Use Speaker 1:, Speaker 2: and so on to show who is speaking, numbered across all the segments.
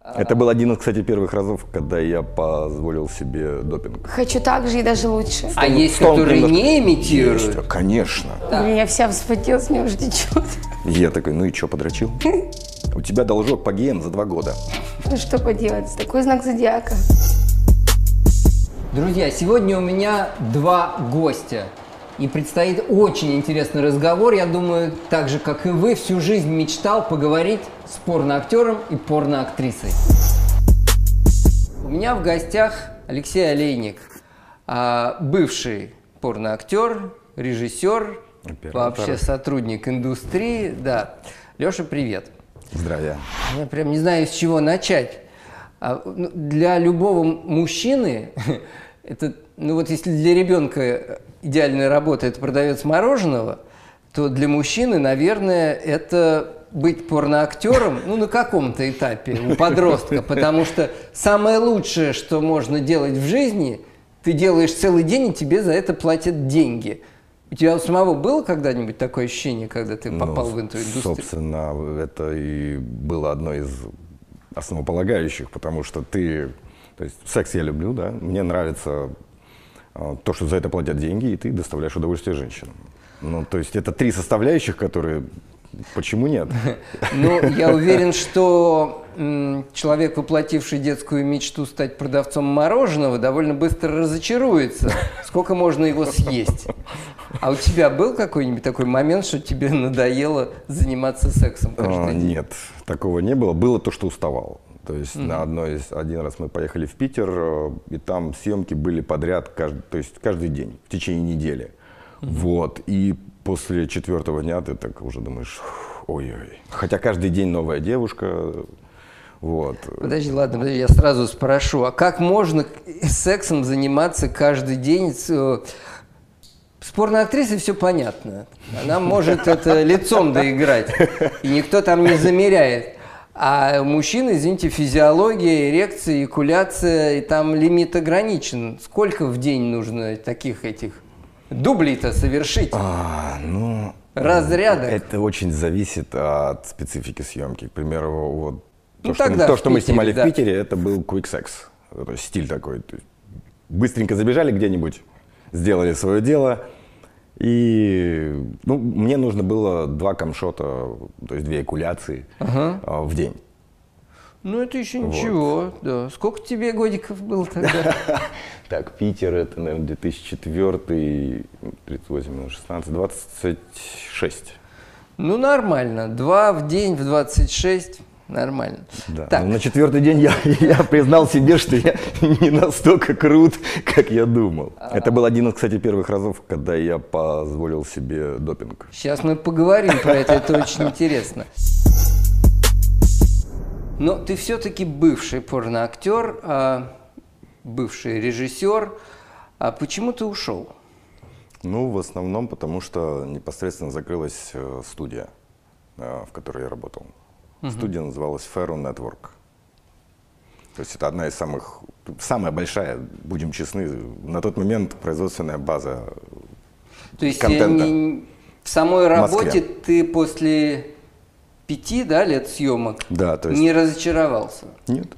Speaker 1: Это был один из, кстати, первых разов, когда я позволил себе допинг.
Speaker 2: Хочу так же и даже лучше.
Speaker 3: А есть,
Speaker 1: стол
Speaker 3: которые
Speaker 1: немножко-
Speaker 3: не
Speaker 1: Есть,
Speaker 3: имитируют?
Speaker 1: а, Конечно.
Speaker 2: Блин, я вся вспотелась, мне уже течет.
Speaker 1: Я такой, ну и чё, подрочил? У тебя должок по геям за два года.
Speaker 2: Ну что поделать, такой знак зодиака.
Speaker 3: Друзья, сегодня у меня два гостя. И предстоит очень интересный разговор. Я думаю, так же, как и вы, всю жизнь мечтал поговорить с порноактером и порноактрисой. У меня в гостях Алексей Олейник, а, бывший порноактер, режиссер,
Speaker 1: Оператор.
Speaker 3: вообще сотрудник индустрии. Да. Леша, привет.
Speaker 1: Здравия.
Speaker 3: Я прям не знаю, с чего начать. А, ну, Для любого мужчины это, ну вот если для ребенка идеальная работа – это продавец мороженого, то для мужчины, наверное, это быть порноактером, ну, на каком-то этапе у подростка, потому что самое лучшее, что можно делать в жизни, ты делаешь целый день, и тебе за это платят деньги. У тебя у самого было когда-нибудь такое ощущение, когда ты попал
Speaker 1: Ну,
Speaker 3: в эту индустрию?
Speaker 1: Собственно, это и было одно из основополагающих, потому что ты... То есть секс я люблю, да, мне нравится а, то, что за это платят деньги, и ты доставляешь удовольствие женщинам. Ну, то есть это три составляющих, которые... Почему нет?
Speaker 3: Ну, я уверен, что м, человек, воплотивший детскую мечту стать продавцом мороженого, довольно быстро разочаруется. Сколько можно его съесть? А у тебя был какой-нибудь такой момент, что тебе надоело заниматься сексом
Speaker 1: А,
Speaker 3: каждый день?
Speaker 1: Нет, такого не было. Было то, что уставал. То есть на одной из, один раз мы поехали в Питер, э, и там съемки были подряд, кажд- то есть каждый день, в течение недели. Вот, и после четвертого дня ты так уже думаешь, «Фух, ой-ой. Хотя каждый день новая девушка, вот.
Speaker 3: Подожди, ладно, подожди, я сразу спрошу, а как можно к- сексом заниматься каждый день? С, э, с порноактрисой все понятно. Она может это лицом доиграть, и никто там не замеряет. А у мужчин, извините, физиология, эрекция, экуляция, и там лимит ограничен. Сколько в день нужно таких этих дублей-то совершить?
Speaker 1: А, ну, э,
Speaker 3: Разрядок.
Speaker 1: Это очень зависит от специфики съемки. К примеру, вот то,
Speaker 3: Ну,
Speaker 1: что,
Speaker 3: тогда
Speaker 1: мы, то,
Speaker 3: в
Speaker 1: что мы
Speaker 3: Питере,
Speaker 1: снимали
Speaker 3: да.
Speaker 1: в Питере, это был quick секс. То есть стиль такой. То есть быстренько забежали где-нибудь, сделали свое дело. И ну, мне нужно было два камшота, то есть две экуляции а, в день.
Speaker 3: Ну, это еще ничего, да. Сколько тебе годиков было тогда?
Speaker 1: Так, Питер, это, наверное, 2004, 38, 16, 26.
Speaker 3: Ну, нормально. Два в день в 26. Нормально.
Speaker 1: Да.
Speaker 3: Так,
Speaker 1: Ну, на четвертый день я, я признал себе, что я не настолько крут, как я думал. Это был один из, кстати, первых разов, когда я позволил себе допинг.
Speaker 3: сейчас мы поговорим про это, это очень интересно. Но ты все-таки бывший порноактер, а, бывший режиссер. А почему ты ушел?
Speaker 1: Ну, в основном потому, что непосредственно закрылась э, студия, э, в которой я работал. Студия называлась Ferro Network. То есть это одна из самых, самая большая, будем честны, на тот момент производственная база.
Speaker 3: То есть э,
Speaker 1: Контента.
Speaker 3: не- в самой
Speaker 1: Москве.
Speaker 3: работе ты после пяти да, лет съемок
Speaker 1: Да, то есть-
Speaker 3: не разочаровался?
Speaker 1: Нет.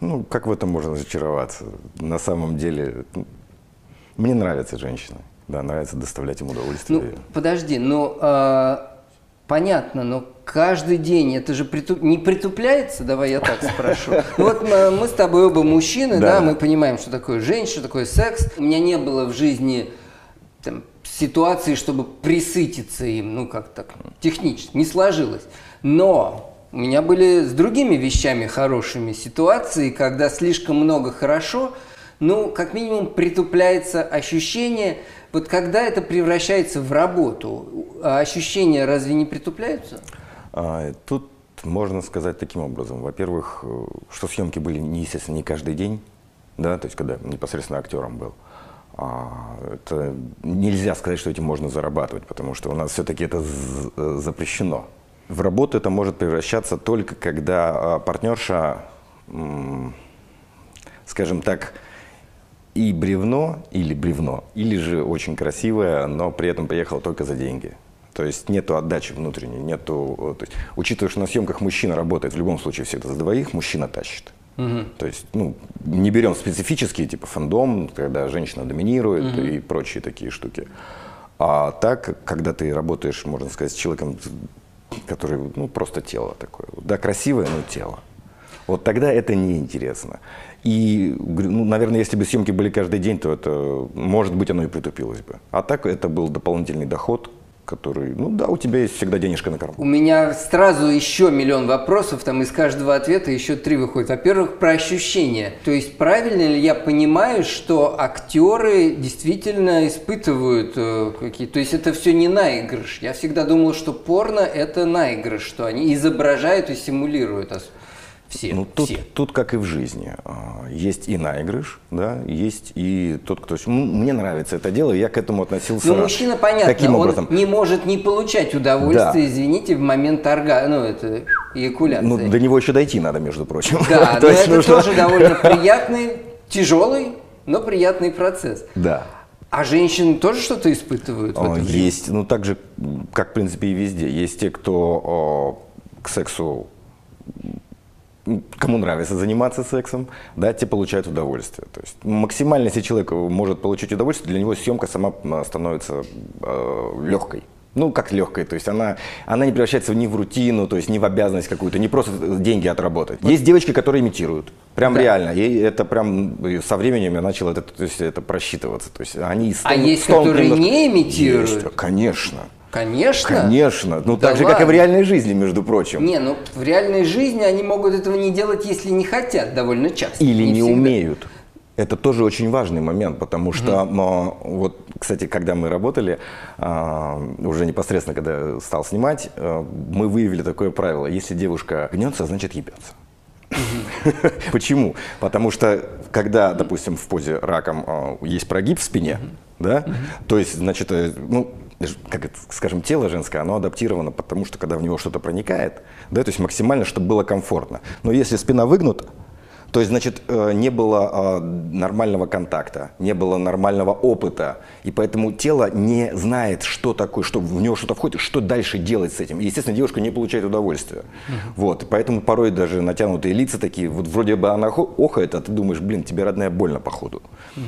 Speaker 1: Ну, как в этом можно разочароваться? На самом деле, ну, мне нравятся женщины. Да, нравится доставлять им удовольствие.
Speaker 3: Ну, подожди, ну а, понятно, но каждый день это же приту- не притупляется, давай я так спрошу. Ну, Вот мы мы с тобой оба мужчины, да,
Speaker 1: Да.
Speaker 3: мы понимаем, что такое женщина, что такое секс. У меня не было в жизни там, ситуации, чтобы присытиться им, ну как так, технически, не сложилось. Но у меня были с другими вещами хорошими ситуации, когда слишком много хорошо, ну, как минимум, притупляется ощущение. Вот когда это превращается в работу, а ощущения разве не притупляются?
Speaker 1: А, тут можно сказать таким образом. Во-первых, э, что съемки были, не, естественно, не каждый день, да, то есть когда непосредственно актером был. А, это нельзя сказать, что этим можно зарабатывать, потому что у нас все-таки это з- э, запрещено. В работу это может превращаться только когда а, партнерша, м, скажем так, и бревно, или бревно, или же очень красивое, но при этом приехала только за деньги. То есть нету отдачи внутренней, нету. э, То есть, учитывая, что на съемках мужчина работает в любом случае всегда за двоих, мужчина тащит. То есть, ну, не берем специфические, типа фандом, когда женщина доминирует и прочие такие штуки. А так, когда ты работаешь, можно сказать, с человеком, который, ну, просто тело такое. Да, красивое, но тело. Вот тогда это неинтересно. И, говорю, ну, наверное, если бы съемки были каждый день, то это, может быть, оно и притупилось бы. А так это был дополнительный доход, который, ну да, у тебя есть всегда денежка на корму.
Speaker 3: У меня сразу еще миллион вопросов, там из каждого ответа еще три выходит. Во-первых, про ощущения. То есть правильно ли я понимаю, что актеры действительно испытывают э, какие... То есть это все не наигрыш. Я всегда думал, что порно это наигрыш, что они изображают и симулируют. ос- Все,
Speaker 1: Ну, тут,
Speaker 3: все.
Speaker 1: тут как и в жизни. А, Есть и наигрыш, да, есть и тот, кто... Ну, мне нравится это дело, я к этому относился
Speaker 3: Ну, мужчина, понятно,
Speaker 1: таким
Speaker 3: он
Speaker 1: образом.
Speaker 3: не может не получать удовольствие, извините, в момент орга... Ну, это эякуляции.
Speaker 1: Ну, до него еще дойти надо, между прочим.
Speaker 3: Да,
Speaker 1: То
Speaker 3: но
Speaker 1: есть ну,
Speaker 3: это
Speaker 1: нужно-
Speaker 3: тоже довольно приятный, тяжелый, но приятный процесс.
Speaker 1: Да.
Speaker 3: А женщины тоже что-то испытывают в
Speaker 1: О,
Speaker 3: это время?
Speaker 1: Есть, ну так же, м, как в принципе и везде, есть те, кто о, к сексу, м, кому нравится заниматься сексом, да, те получают удовольствие. То есть максимально, если человек может получить удовольствие, для него съемка сама м, становится легкой. Ну, как легкой, то есть она, она не превращается ни в рутину, то есть не в обязанность какую-то, не просто деньги отработать. Есть девочки, которые имитируют, прям реально, и это прям э, со временем я начал это, то есть это просчитываться, то есть они
Speaker 3: А
Speaker 1: Стон-
Speaker 3: есть,
Speaker 1: стон
Speaker 3: которые не имитируют?
Speaker 1: Есть, конечно.
Speaker 3: Конечно.
Speaker 1: Конечно. Ну,
Speaker 3: Да
Speaker 1: так же, как и в
Speaker 3: ладно?
Speaker 1: реальной жизни, между прочим.
Speaker 3: Не, ну в реальной жизни они могут этого не делать, если не хотят довольно часто.
Speaker 1: Или не,
Speaker 3: всегда.
Speaker 1: умеют. Это тоже очень важный момент, потому что, м, вот, кстати, когда мы работали, а, уже непосредственно, когда стал снимать, а, мы выявили такое правило. Если девушка гнется, значит ебется. Почему? Потому что, когда, допустим, в позе раком а, есть прогиб в спине, да, то есть, значит, э, ну, ж- как это, скажем, тело женское, оно адаптировано, потому что, когда в него что-то проникает, да, то есть максимально, чтобы было комфортно. Но если спина выгнута, то есть, значит, э, не было э, нормального контакта, не было нормального опыта, и поэтому тело не знает, что такое, что в него что-то входит, что дальше делать с этим. И, естественно, девушка не получает удовольствия. Вот, и поэтому порой даже натянутые лица такие, вот вроде бы она хо- охает, а ты думаешь, блин, тебе родная больно походу.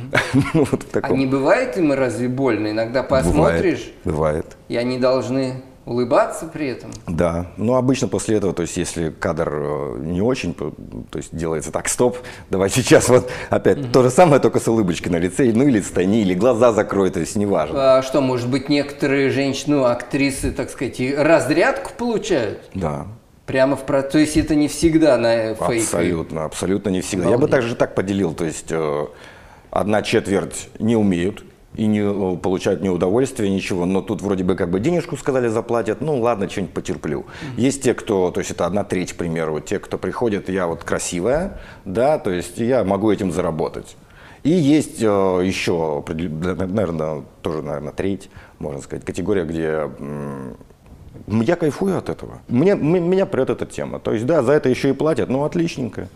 Speaker 1: Ну вот в
Speaker 3: А
Speaker 1: таком.
Speaker 3: не бывает им разве больно? Иногда посмотришь,
Speaker 1: Бывает, Бывает.
Speaker 3: и они должны улыбаться при этом.
Speaker 1: Да, но обычно после этого, то есть если кадр э, не очень, п- то есть делается так, стоп, давай сейчас вот опять то же самое, только с улыбочкой на лице, ну или стани, или глаза закрой, то есть неважно.
Speaker 3: А что, может быть, некоторые женщины, ну, актрисы, так сказать, и разрядку получают?
Speaker 1: Да,
Speaker 3: Прямо в про... То есть это не всегда на э, фейке.
Speaker 1: абсолютно, абсолютно не всегда. Я бы также так поделил, то есть э, одна четверть не умеют и не э, получают ни удовольствия, ничего, но тут вроде бы как бы денежку сказали заплатят, ну ладно, что-нибудь потерплю. Есть те, кто, то есть это одна треть, к примеру, те, кто приходят, я вот красивая, да, то есть я могу этим заработать. И есть э, еще, наверное, тоже, наверное, треть, можно сказать, категория, где м, м, я кайфую от этого. Мне, м- меня прет эта тема. То есть, да, за это еще и платят, ну, отличненько.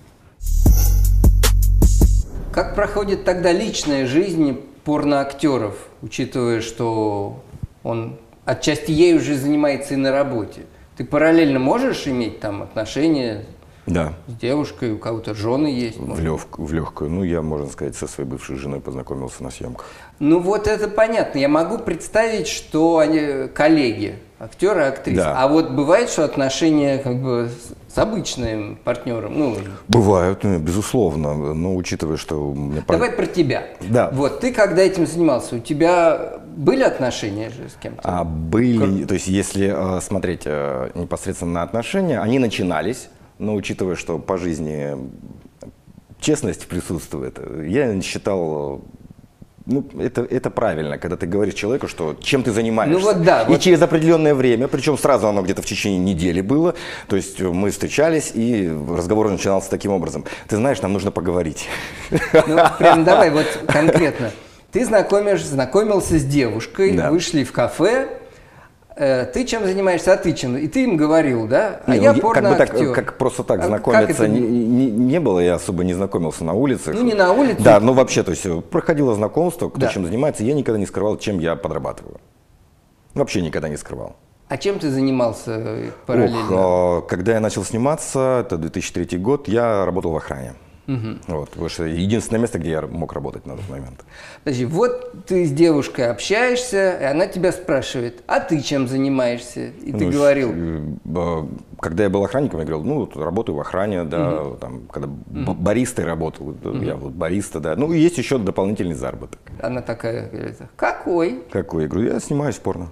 Speaker 3: Как проходит тогда личная жизнь порноактеров, учитывая, что он отчасти ей уже занимается и на работе? Ты параллельно можешь иметь там отношения
Speaker 1: Да.
Speaker 3: с девушкой, у кого-то жены есть? может?
Speaker 1: В, лёг- в легкую. Ну, я, можно сказать, со своей бывшей женой познакомился на съемках.
Speaker 3: Ну вот это понятно. Я могу представить, что они коллеги, актеры, актрисы.
Speaker 1: Да.
Speaker 3: А вот бывает, что отношения как бы с- с обычным партнером. Ну,
Speaker 1: Бывают, ну, безусловно. Но учитывая, что у меня пар-
Speaker 3: давай про тебя.
Speaker 1: Да.
Speaker 3: Вот ты когда этим занимался, у тебя были отношения же с кем-то?
Speaker 1: А были, то есть если э, смотреть э, непосредственно на отношения, они начинались, но учитывая, что по жизни э, честность присутствует, э, я считал, э, ну, это, это правильно, когда ты говоришь человеку, что чем ты занимаешься.
Speaker 3: Ну вот да,
Speaker 1: И
Speaker 3: вот-
Speaker 1: через определенное время, причем сразу оно где-то в течение недели было, то есть э, мы встречались, и разговор начинался таким образом. Ты знаешь, нам нужно поговорить.
Speaker 3: Ну, прям давай вот конкретно. Ты знакомишь, знакомился с девушкой,
Speaker 1: Да.
Speaker 3: вышли в кафе. Э, Ты чем занимаешься, а ты чем? И ты им говорил, да? А
Speaker 1: Не, ну,
Speaker 3: я
Speaker 1: я- как бы так, э,
Speaker 3: порноактер.
Speaker 1: как просто так
Speaker 3: А как
Speaker 1: знакомиться
Speaker 3: это?
Speaker 1: не, не- не было, я особо не знакомился на улице.
Speaker 3: Ну, не на улице.
Speaker 1: Да, ну вообще, то есть э, проходило знакомство, кто
Speaker 3: Да.
Speaker 1: чем занимается, я никогда не скрывал, чем я подрабатываю. Вообще никогда не скрывал.
Speaker 3: А чем ты занимался э,
Speaker 1: Ух,
Speaker 3: параллельно?
Speaker 1: а, когда я начал сниматься, это 2003 год, я работал в охране. Вот, потому что единственное место, где я мог работать на тот момент.
Speaker 3: Подожди, вот ты с девушкой общаешься, и она тебя спрашивает, а ты чем занимаешься? И ты
Speaker 1: Ну,
Speaker 3: говорил,
Speaker 1: э, э, Когда я был охранником, я говорил, ну, вот работаю в охране, да, там, когда б- баристой работал, вот, э, я вот бариста, да. Ну, и есть еще дополнительный заработок.
Speaker 3: она такая, говорит, какой?
Speaker 1: Какой? Я говорю, я снимаюсь в порно.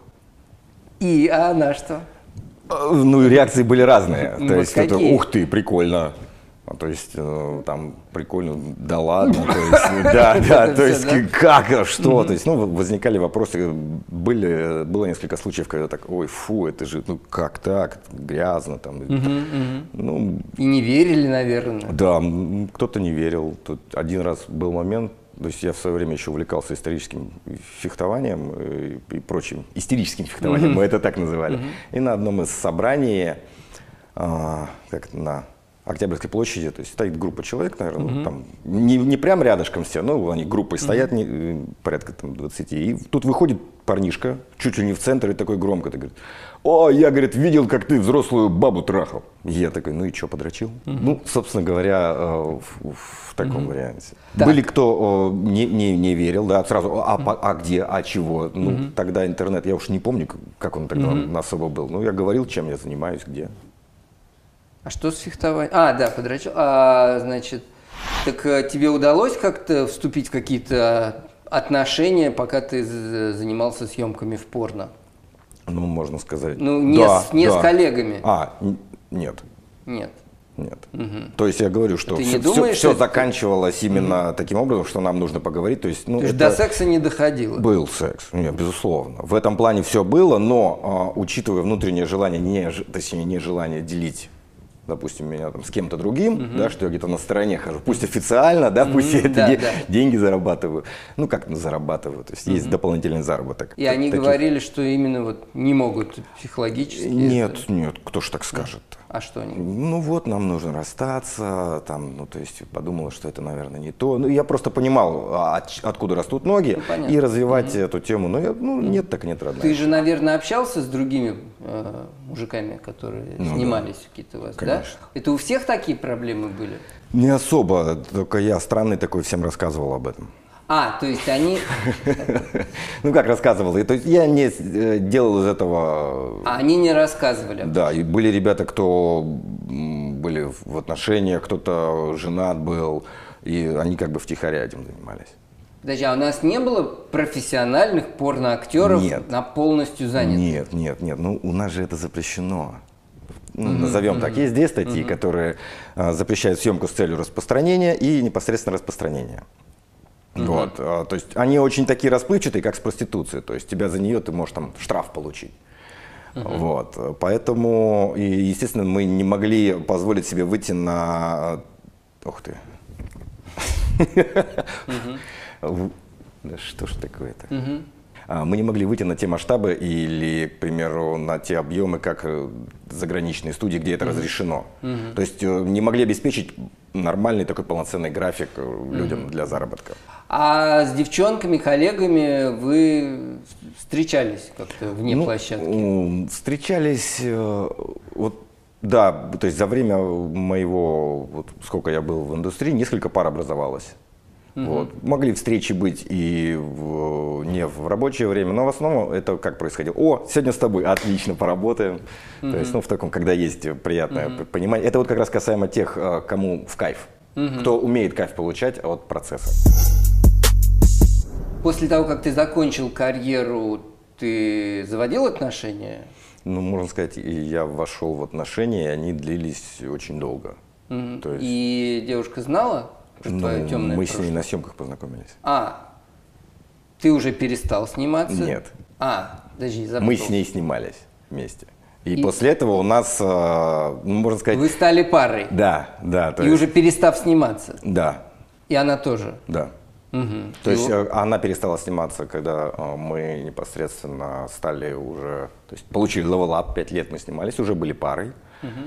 Speaker 3: И, а она что? А,
Speaker 1: Э, Ну, и реакции были разные.
Speaker 3: Ну,
Speaker 1: То
Speaker 3: вот
Speaker 1: есть, это,
Speaker 3: какие?
Speaker 1: ух ты, прикольно. А То есть, э, там, прикольно, да ладно, то есть, да, да,
Speaker 3: Это
Speaker 1: то
Speaker 3: всё,
Speaker 1: есть,
Speaker 3: да?
Speaker 1: как, а что, то есть, ну, возникали вопросы, были, было несколько случаев, когда так, ой, фу, это же, ну, как так, грязно, там, ну,
Speaker 3: И не верили, наверное.
Speaker 1: Да, м, кто-то не верил. Тут один раз был момент, то есть я в свое время еще увлекался историческим фехтованием э, и прочим, истерическим фехтованием, мы это так называли. И на одном из собраний, а, как это, на Октябрьской площади, то есть стоит группа человек, наверное, там, не, не прям рядышком все, но они группой стоят, не- э, порядка там 20. И тут выходит парнишка, чуть ли не в центр, и такой громко, ты говорит, о, я, говорит, видел, как ты взрослую бабу трахал. И Я такой, ну и что, подрочил? Ну, собственно говоря, э, в, в таком варианте.
Speaker 3: Так.
Speaker 1: Были кто э, не, не, не верил, да, сразу, а, по- а где, а чего? Ну, тогда интернет, я уж не помню, как- как он тогда особо был. Ну, я говорил, чем я занимаюсь, где.
Speaker 3: А что с фехтованием? А, да, подрочил. А, значит, так э, тебе удалось как-то вступить в какие-то э, отношения, пока ты з- э, занимался съемками в порно?
Speaker 1: Ну, можно сказать.
Speaker 3: Ну, не,
Speaker 1: Да,
Speaker 3: с, не
Speaker 1: да.
Speaker 3: с коллегами.
Speaker 1: А, ну, н- нет.
Speaker 3: Нет.
Speaker 1: Нет. То есть я говорю, что
Speaker 3: Ты не
Speaker 1: все,
Speaker 3: думаешь, что это-
Speaker 1: заканчивалось именно таким образом, что нам нужно поговорить. То есть, ну,
Speaker 3: То есть
Speaker 1: это
Speaker 3: до секса не доходило.
Speaker 1: был секс, не, безусловно. В этом плане все было, но а, учитывая внутреннее желание, не, ж- точнее, нежелание делить допустим, меня там с кем-то другим, да, что я где-то на стороне хожу, пусть официально, да, пусть я это
Speaker 3: да,
Speaker 1: де-
Speaker 3: да.
Speaker 1: деньги зарабатываю, ну как ну, зарабатываю, то есть есть дополнительный заработок.
Speaker 3: И они
Speaker 1: Таких- э,
Speaker 3: говорили, что именно вот не могут психологически. это-
Speaker 1: Нет, нет, кто ж так скажет?
Speaker 3: А что они?
Speaker 1: Ну вот, нам нужно расстаться, там, ну то есть подумала, что это, наверное, не то. Ну я просто понимал, а, от- откуда растут ноги,
Speaker 3: Ну, понятно.
Speaker 1: и развивать эту тему. Ну, я, ну нет, так нет, родная.
Speaker 3: Ты же, наверное, общался с другими э, мужиками, которые
Speaker 1: Ну да.
Speaker 3: снимались какие-то у вас,
Speaker 1: Конечно.
Speaker 3: да? Это у всех такие проблемы были?
Speaker 1: Не особо, только я странный такой всем рассказывал об этом.
Speaker 3: А, то есть они,
Speaker 1: Ну как рассказывал, и, то есть я не э, делал из этого... э,
Speaker 3: а они не рассказывали. об
Speaker 1: Да, и были ребята, кто м, были в в отношениях, кто-то женат был, и они как бы втихаря этим занимались.
Speaker 3: этом. Подожди, а у нас не было профессиональных порноактеров
Speaker 1: Нет.
Speaker 3: на полностью занятых?
Speaker 1: Нет, нет, нет. Ну, у нас же это запрещено. Ну, назовем так. Есть две статьи, которые а, запрещают съемку с целью распространения и непосредственно распространения. Вот, а, то есть они очень такие расплывчатые, как с проституцией. То есть тебя за нее ты можешь там штраф получить. Вот, поэтому и естественно мы не могли позволить себе выйти на, ух ты, В- да что ж такое-то? А, Мы не могли выйти на те масштабы или, к примеру, на те объемы, как э, заграничные студии, где это разрешено. То есть э, не могли обеспечить нормальный такой полноценный график э, людям для заработка.
Speaker 3: А с девчонками, коллегами вы встречались как-то вне
Speaker 1: Ну,
Speaker 3: площадки?
Speaker 1: м, Встречались, э, вот, да, то есть за время моего, вот сколько я был в индустрии, несколько пар образовалось. Вот. Могли встречи быть и в- не в рабочее время, но в основном это как происходило. О, сегодня с тобой, отлично, поработаем. То есть, ну, в таком, когда есть приятное п- понимание. Это вот как раз касаемо тех, э, кому в кайф, кто умеет кайф получать от процесса.
Speaker 3: После того, как ты закончил карьеру, ты заводил отношения?
Speaker 1: Ну, можно сказать, и я вошел в отношения, и они длились очень долго. То есть,
Speaker 3: И девушка знала про
Speaker 1: ну,
Speaker 3: твое темное
Speaker 1: мы с
Speaker 3: прошлое?
Speaker 1: ней на съемках познакомились.
Speaker 3: А, ты уже перестал сниматься?
Speaker 1: Нет.
Speaker 3: А, подожди, забыл.
Speaker 1: Мы с ней снимались вместе. И,
Speaker 3: И-
Speaker 1: после этого у нас, э, ну, можно сказать,
Speaker 3: Вы стали парой.
Speaker 1: да, да, то
Speaker 3: и
Speaker 1: есть,
Speaker 3: уже перестав сниматься.
Speaker 1: да,
Speaker 3: И она тоже.
Speaker 1: да.
Speaker 3: Мгм.
Speaker 1: То
Speaker 3: И
Speaker 1: есть
Speaker 3: у-
Speaker 1: э, она перестала сниматься, когда э, мы непосредственно стали уже, то есть получили левелап, пять лет мы снимались, уже были парой.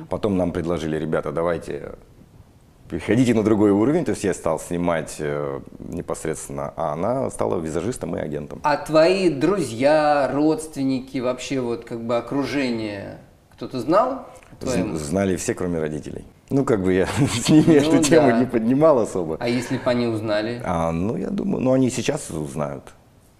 Speaker 1: Потом нам предложили, ребята, давайте переходите на другой уровень. То есть я стал снимать э, непосредственно, а она стала визажистом и агентом.
Speaker 3: А твои друзья, родственники, вообще вот как бы окружение, кто-то знал? о твоем?
Speaker 1: З- Знали все, кроме родителей. Ну, как бы я с ними эту
Speaker 3: Ну,
Speaker 1: тему
Speaker 3: да.
Speaker 1: не поднимал особо.
Speaker 3: А если бы они узнали?
Speaker 1: А, ну, я думаю, ну, они сейчас узнают.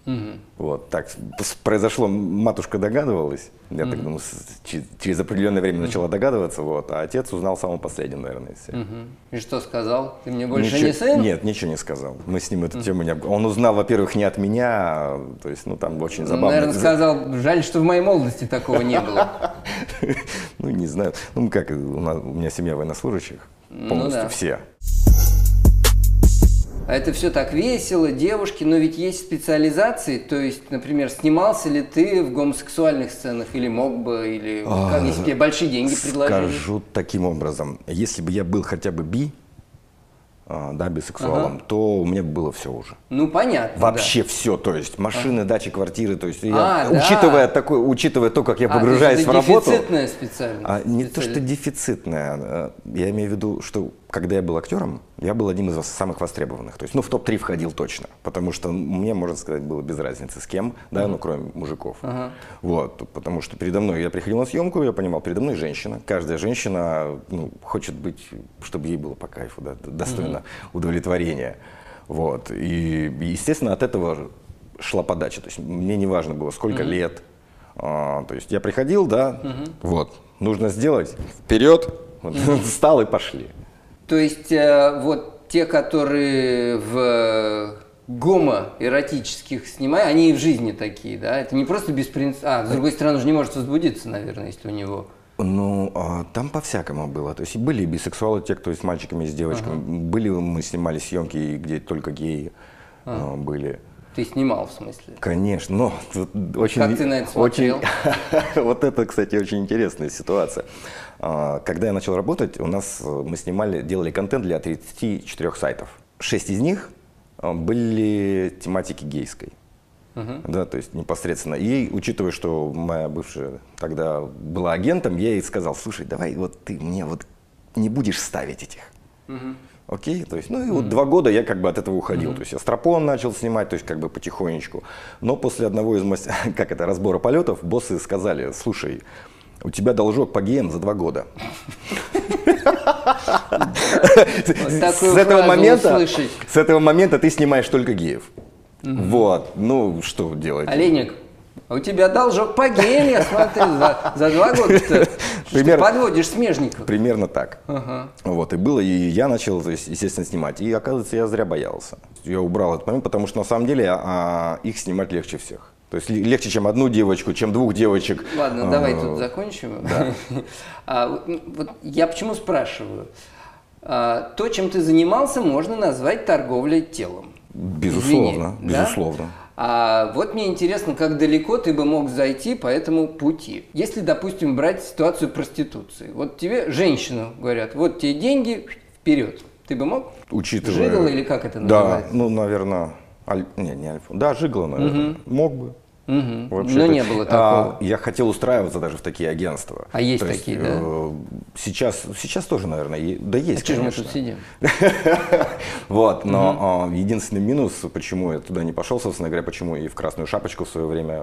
Speaker 3: Мгм.
Speaker 1: Вот так с- произошло, матушка догадывалась, я так думаю, с- че- через определенное время начала догадываться, вот, а отец узнал самым последним, наверное, из всех.
Speaker 3: Мгм. И что сказал? Ты мне больше
Speaker 1: Ничего-
Speaker 3: не сын?
Speaker 1: Нет, ничего не сказал. Мы с ним эту тему не обговорили. Он узнал, во-первых, не от меня, а, то есть, ну, там очень
Speaker 3: Он,
Speaker 1: забавно.
Speaker 3: Наверное, сказал, жаль, что в моей молодости такого не было.
Speaker 1: Ну, не знаю. Ну, как, у, нас- у меня семья военнослужащих,
Speaker 3: Ну
Speaker 1: полностью
Speaker 3: да.
Speaker 1: все.
Speaker 3: А это все так весело, девушки, но ведь есть специализации, то есть, например, снимался ли ты в гомосексуальных сценах, или мог бы, или вот как, если тебе большие деньги предложили?
Speaker 1: А, Скажу таким образом, если бы я был хотя бы би, а, да, бисексуалом, то у меня бы было все уже.
Speaker 3: Ну, понятно, да.
Speaker 1: Вообще все, то есть машины, дачи, квартиры, то есть я,
Speaker 3: А, да.
Speaker 1: учитывая такое, учитывая то, как я
Speaker 3: А, то есть
Speaker 1: погружаюсь
Speaker 3: это
Speaker 1: в работу,
Speaker 3: дефицитная специальность.
Speaker 1: а, не то что
Speaker 3: Специаль-
Speaker 1: дефицитная, а, я имею в виду, что когда я был актером, я был одним из самых востребованных, то есть ну в топ 3 входил точно, потому что мне можно сказать было без разницы с кем, да, ну кроме мужиков, вот, потому что передо мной я приходил на съемку, я понимал, передо мной женщина, каждая женщина ну, хочет быть, чтобы ей было по кайфу, да, достойно удовлетворения. Вот. И, естественно, от этого шла подача. То есть мне не важно было, сколько лет. А, то есть я приходил, да, вот, нужно сделать, вперед, Вот, встал и пошли.
Speaker 3: То есть э, вот те, которые в гомоэротических снимают, они и в жизни такие, да? Это не просто беспринципно. А, с другой стороны, он же не может возбудиться, наверное, если у него...
Speaker 1: Ну, а, там по-всякому было. То есть и были и бисексуалы, те, кто и с мальчиками, и с девочками. Были, мы снимали съемки, и где только геи а, были.
Speaker 3: Ты снимал, в смысле.
Speaker 1: Конечно, но тут очень...
Speaker 3: Как ты на это смотрел?
Speaker 1: очень- вот это, кстати, очень интересная ситуация. А, Когда я начал работать, у нас э, мы снимали, делали контент для 34 сайтов. Шесть из них э, были тематики гейской. Да, то есть непосредственно. И учитывая, что моя бывшая тогда была агентом, я ей сказал, слушай, давай вот ты мне вот не будешь ставить этих. Окей, то есть, ну и вот два года я как бы от этого уходил. То есть Астропон начал снимать, то есть как бы потихонечку. Но после одного из мас- как это, разбора полетов, боссы сказали, слушай, у тебя должок по геям за два года.
Speaker 3: Вот такую
Speaker 1: С этого
Speaker 3: фразу
Speaker 1: момента
Speaker 3: услышать.
Speaker 1: с этого момента ты снимаешь только геев. Вот, ну что делать?
Speaker 3: Олейник, а у тебя должок по геям, я смотрю, за, за два года-то. Что Ты
Speaker 1: Примерно.
Speaker 3: подводишь смежников.
Speaker 1: Примерно так. Вот, и было, и я начал, то есть, естественно, снимать. И, оказывается, я зря боялся. Я убрал этот момент, потому что, на самом деле, а, их снимать легче всех. То есть ле- легче, чем одну девочку, чем двух девочек.
Speaker 3: Ладно, ну
Speaker 1: А,
Speaker 3: давай тут э, закончим. А, вот, м, вот я почему спрашиваю? А, то, чем ты занимался, можно назвать торговлей телом.
Speaker 1: Безусловно,
Speaker 3: Извини, да?
Speaker 1: безусловно.
Speaker 3: А вот мне интересно, как далеко ты бы мог зайти по этому пути. Если, допустим, брать ситуацию проституции. Вот тебе женщину говорят, вот тебе деньги, вперед. Ты бы мог?
Speaker 1: А, Учитывая...
Speaker 3: Жигало или как это
Speaker 1: Да,
Speaker 3: называется?
Speaker 1: ну, наверное... аль- Не, не альфа. Да, жигло, наверное. Мог бы.
Speaker 3: Мгм.
Speaker 1: Вообще,
Speaker 3: Но
Speaker 1: то-
Speaker 3: не было
Speaker 1: а,
Speaker 3: такого.
Speaker 1: я хотел устраиваться даже в такие агентства.
Speaker 3: А есть
Speaker 1: То
Speaker 3: такие, да?
Speaker 1: э, сейчас, сейчас тоже, наверное, е- да есть,
Speaker 3: А чего же мы
Speaker 1: конечно.
Speaker 3: тут сидим?
Speaker 1: Вот, но а, единственный минус, почему я туда не пошел, собственно говоря, почему и в Красную Шапочку в свое время